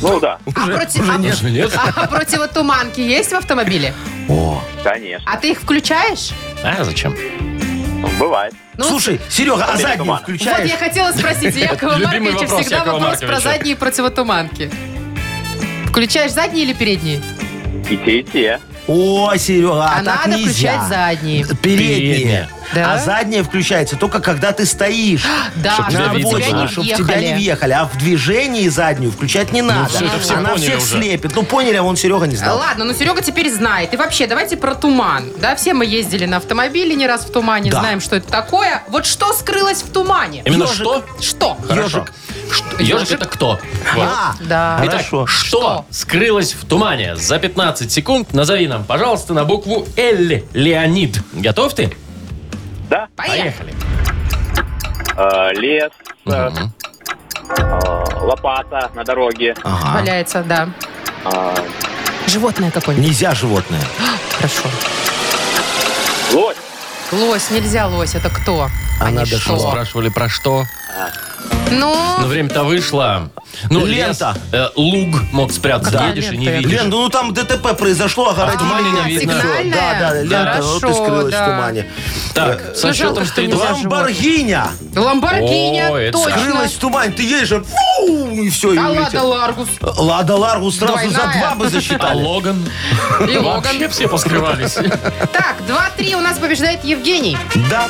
S6: Ну да,
S2: А, проти- а-
S3: Даже нет.
S2: а противотуманки есть в автомобиле?
S4: О.
S6: конечно.
S2: А ты их включаешь?
S3: А зачем?
S6: Бывает.
S2: Ну,
S4: Слушай, Серега, а заднюю
S6: тумана.
S2: Вот
S4: включаешь?
S2: я хотела спросить, у Якова
S3: Любимый
S2: Марковича
S3: вопрос
S2: всегда
S3: Якова
S2: вопрос про
S3: Марковича.
S2: задние противотуманки. Включаешь задние или передние?
S6: И те, и те.
S4: О, Серега, а,
S2: а
S4: так
S2: надо
S4: нельзя.
S2: включать задние.
S4: Передние.
S3: Передние.
S2: Да?
S4: А задняя включается только когда ты стоишь.
S2: Да,
S3: Чтоб
S2: чтобы
S3: тебя
S4: На
S3: видно
S2: тебя
S3: было.
S4: обочине,
S2: не
S4: чтобы тебя не
S2: въехали.
S4: въехали. А в движении заднюю включать не надо.
S3: Ну, всё, это все
S4: Она
S3: поняли
S4: всех
S3: уже.
S4: слепит. Ну, поняли, а он Серега не знал.
S2: Ладно, ну Серега теперь знает. И вообще, давайте про туман. Да, все мы ездили на автомобиле не раз в тумане,
S4: Да.
S2: знаем, что это такое. Вот что скрылось в тумане?
S3: Именно
S4: Ёжик.
S3: что?
S2: Что?
S3: Хорошо.
S4: Ёжик.
S3: Что- Ёжик это кто? Вот.
S4: А,
S2: Да.
S3: Итак,
S4: Хорошо.
S3: что
S2: Что?
S3: скрылось в тумане? За 15 секунд назови нам, пожалуйста, на букву Л. Леонид. Готов ты?
S6: Да?
S2: Поехали.
S6: Э, Лес, э, э, лопата на дороге.
S3: А.
S4: Ага.
S2: Валяется, да.
S6: э,
S2: Животное какое-нибудь.
S4: Нельзя животное.
S2: Хорошо.
S6: Лось.
S2: Лось, нельзя лось, это кто?
S4: Она
S2: Они
S3: А
S4: дошла.
S2: что?
S3: Спрашивали про что?
S2: Ну,
S3: Но время-то вышло. Ну,
S4: Лента.
S3: лес, э, луг мог спрятаться.
S2: Да.
S3: Едешь и не
S2: Лента, я
S3: видишь.
S4: Лен, ну там ДТП произошло, огородили.
S3: тумане не
S2: а,
S3: видно.
S2: сигнальная?
S4: Да, да, лента, вот и
S2: Хорошо,
S4: скрылась
S2: да.
S4: в тумане.
S3: Так, со
S2: Ну, жалко,
S3: счетом
S2: что не
S3: 3-2.
S2: зажжу.
S4: Ламборгиня
S2: Ламборгиня,
S3: Ну. О, это
S2: точно.
S4: скрылась в тумане. Ты едешь, а, фу, и все, и
S2: А Лада
S4: улетел.
S2: Ларгус
S4: Лада Ларгу сразу за
S2: Двойная.
S4: два бы
S3: А
S4: засчитали.
S3: Логан?
S2: и Логан.
S3: Вообще все поскрывались.
S2: Так, 2-3 у нас побеждает Евгений.
S4: Да.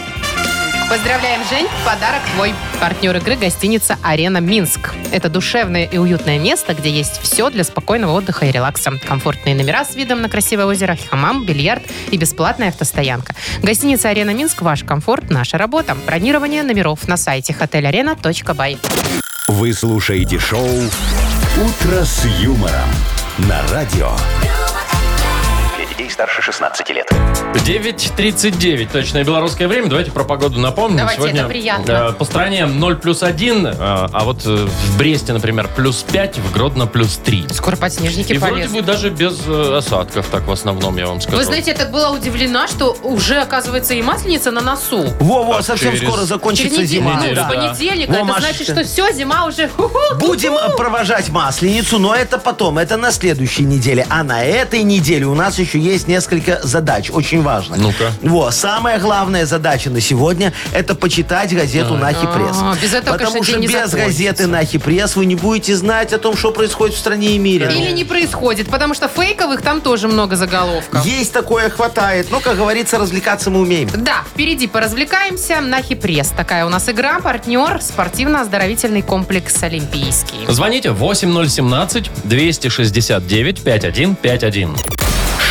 S2: Поздравляем, Жень. Подарок твой. Партнер игры – гостиница «Арена Минск». Это душевное и уютное место, где есть все для спокойного отдыха и релакса. Комфортные номера с видом на красивое озеро, хамам, бильярд и бесплатная автостоянка. Гостиница «Арена Минск» – ваш комфорт, наша работа. Бронирование номеров на сайте hotelarena.by.
S1: Вы слушаете шоу «Утро с юмором» на радио.
S5: Для детей старше 16 лет.
S3: 9.39, точное белорусское время. Давайте про погоду напомним.
S2: Давайте,
S3: Сегодня
S2: это приятно.
S3: э, по стране 0 плюс 1, э, а вот э, в Бресте, например, плюс 5, в Гродно плюс 3.
S2: Скоро подснежники
S3: И вроде
S2: полезут.
S3: бы даже без э, осадков, так в основном, я вам скажу.
S2: Вы знаете, я так была удивлена, что уже, оказывается, и масленица на носу.
S4: Во-во, совсем
S3: через-
S4: скоро
S2: Через
S4: закончится
S2: неделю,
S4: зима.
S2: ну,
S3: Неделю,
S2: с
S3: да.
S2: понедельника,
S4: Во,
S2: это
S4: Машечка.
S2: значит, что все, зима уже. ху-ху.
S4: Будем э, провожать Масленицу, но это потом, это на следующей неделе. А на этой неделе у нас еще есть несколько задач, очень важных.
S3: Ну-ка.
S4: Во, самая главная задача на сегодня – это почитать газету «Нахи Пресс».
S2: А, без этого,
S4: Потому
S2: конечно,
S4: что
S2: день не
S4: без
S2: закончится.
S4: газеты «Нахи Пресс» вы не будете знать о том, что происходит в стране и мире.
S2: Или не происходит, потому что фейковых там тоже много заголовков.
S4: Есть такое, хватает. Но, как говорится, развлекаться мы умеем.
S2: Да, впереди поразвлекаемся. На Хипресс такая у нас игра. Партнер спортивно-оздоровительный комплекс «Олимпийский».
S3: Звоните 8017-269-5151.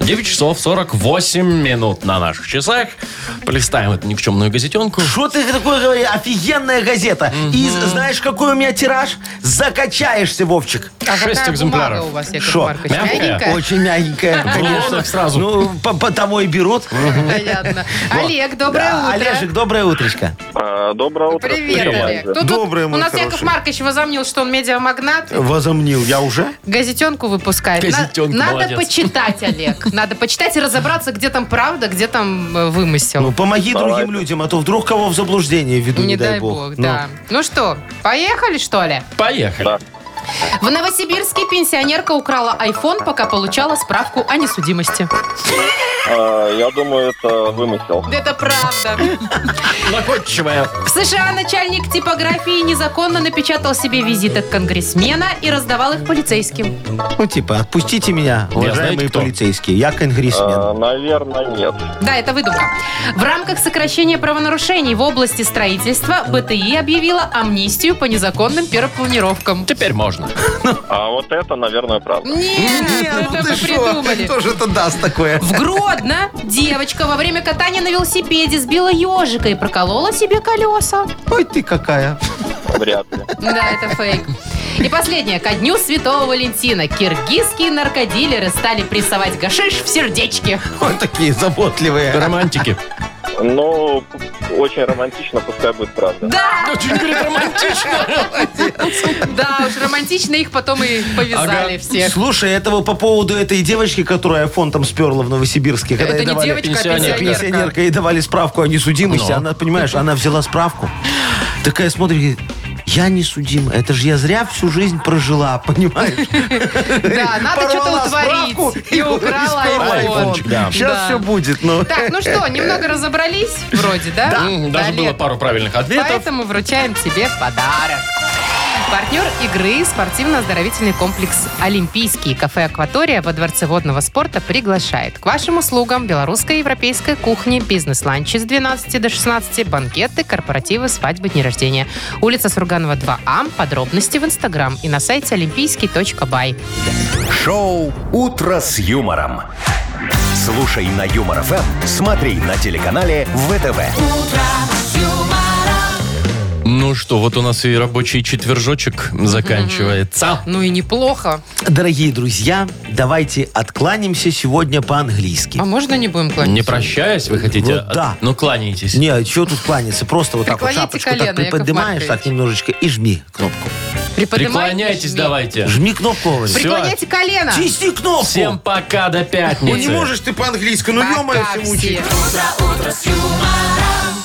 S3: 9 часов 48 минут на наших часах. Полистаем эту никчемную газетенку.
S4: Что ты такое говоришь? Офигенная газета. И знаешь, какой у меня тираж? Закачаешься, Вовчик.
S2: А какая
S3: Шесть экземпляров.
S2: бумага у вас, Яков
S4: Шо,
S2: Маркович?
S3: мягкая?
S2: Мягенькая?
S4: Очень мягенькая, конечно.
S3: рулонах сразу.
S4: Ну, по- потому и берут.
S2: Понятно. Олег, доброе
S4: Да,
S2: утро.
S4: Олежек, доброе утречко.
S6: А, доброе утро.
S2: Привет,
S3: Привет.
S2: Олег. Ну, тут
S4: Доброе,
S2: у
S4: мой
S2: нас Яков
S4: хороший.
S2: Маркович возомнил, что он медиамагнат.
S4: Возомнил, я уже?
S2: Газетенку выпускает.
S3: Газетенка,
S2: надо
S3: молодец.
S2: почитать, Олег. Надо почитать и разобраться, где там правда, где там э, вымысел.
S4: Ну, помоги
S6: Давай.
S4: другим людям, а то вдруг кого в заблуждение введу, не,
S2: не дай бог,
S4: Ну.
S2: да. Ну что, поехали, что ли?
S3: Поехали.
S6: Да.
S2: В Новосибирске пенсионерка украла iPhone, пока получала справку о несудимости.
S6: А, я думаю, это вымысел.
S2: Это правда.
S3: Находчивая.
S2: В США начальник типографии незаконно напечатал себе визиты конгрессмена и раздавал их полицейским.
S4: Ну, типа, отпустите меня,
S3: знаете
S4: уважаемые
S3: кто?
S4: полицейские. Я
S6: А,
S4: конгрессмен.
S6: наверное, нет.
S2: Да, это выдумка. В рамках сокращения правонарушений в области строительства БТИ объявила амнистию по незаконным перепланировкам.
S3: Теперь можно.
S6: А вот это, наверное, правда.
S2: Нет, это мы придумали.
S4: ну Кто же это даст такое?
S2: В Гродно девочка во время катания на велосипеде сбила ежика и проколола себе колеса.
S4: Ой, ты какая.
S6: Вряд ли.
S2: Да, это фейк. И последнее. Ко дню Святого Валентина киргизские наркодилеры стали прессовать гашиш в сердечке.
S4: Ой, такие заботливые.
S3: Романтики.
S6: Но Ну, очень романтично, пускай будет правда.
S2: Да,
S3: Очень, говорит, романтично.
S2: да, уж романтично их потом и повязали
S3: Ага.
S2: всех.
S4: Слушай, этого по поводу этой девочки, которая фон там сперла в Новосибирске, когда
S2: Это
S4: ей
S2: не
S4: давали...
S2: девочка, а
S3: пенсионерка.
S2: пенсионерка.
S4: Пенсионерка ей давали справку о несудимости.
S3: Ну.
S4: Она, понимаешь, она взяла справку. Такая смотрит, говорит, я несудим. Это же я зря всю жизнь прожила, понимаешь?
S2: Да, надо что-то
S4: Порвала справку
S2: утворить. И
S4: и
S2: украла
S4: сперла
S2: его.
S4: айфончик. Сейчас
S2: Да.
S4: все будет, ну.
S2: Так, ну что, немного разобрались вроде, да?
S3: М, Даже было
S2: Олег,
S3: пару правильных ответов.
S2: Поэтому вручаем тебе подарок. Партнер игры – спортивно-оздоровительный комплекс «Олимпийский». Кафе «Акватория» во Дворце водного спорта приглашает. К вашим услугам белорусская и европейская кухни, бизнес-ланчи с 12 до 16, банкеты, корпоративы, свадьбы, дни рождения. Улица Сурганова, 2А. Подробности в Инстаграм и на сайте олимпийский.бай.
S1: Шоу «Утро с юмором». Слушай на Юмор ФМ, смотри на телеканале ВТВ.
S7: утро с юмором,
S3: Ну что, вот у нас и рабочий четвержочек заканчивается.
S2: Ну и неплохо.
S4: Дорогие друзья, давайте откланимся сегодня по-английски.
S2: А можно не будем кланяться?
S3: Не прощаясь, вы хотите?
S4: Вот да.
S3: Ну, кланяйтесь.
S4: Не, чего тут кланяться? Просто вот так вот
S2: Преклоните
S4: шапочку
S2: колено,
S4: так
S2: Яков
S4: приподнимаешь, так
S2: Маркович.
S4: немножечко, и жми кнопку.
S3: Преклоняйтесь давайте.
S4: Жми кнопку, Вовочка.
S2: Преклоняйте колено.
S4: Тисни кнопку.
S3: Всем пока, до пятницы.
S4: Ну не можешь ты по-английски, ну
S2: Пока
S4: ё-моё, все
S2: все.
S7: утро, утро с юмором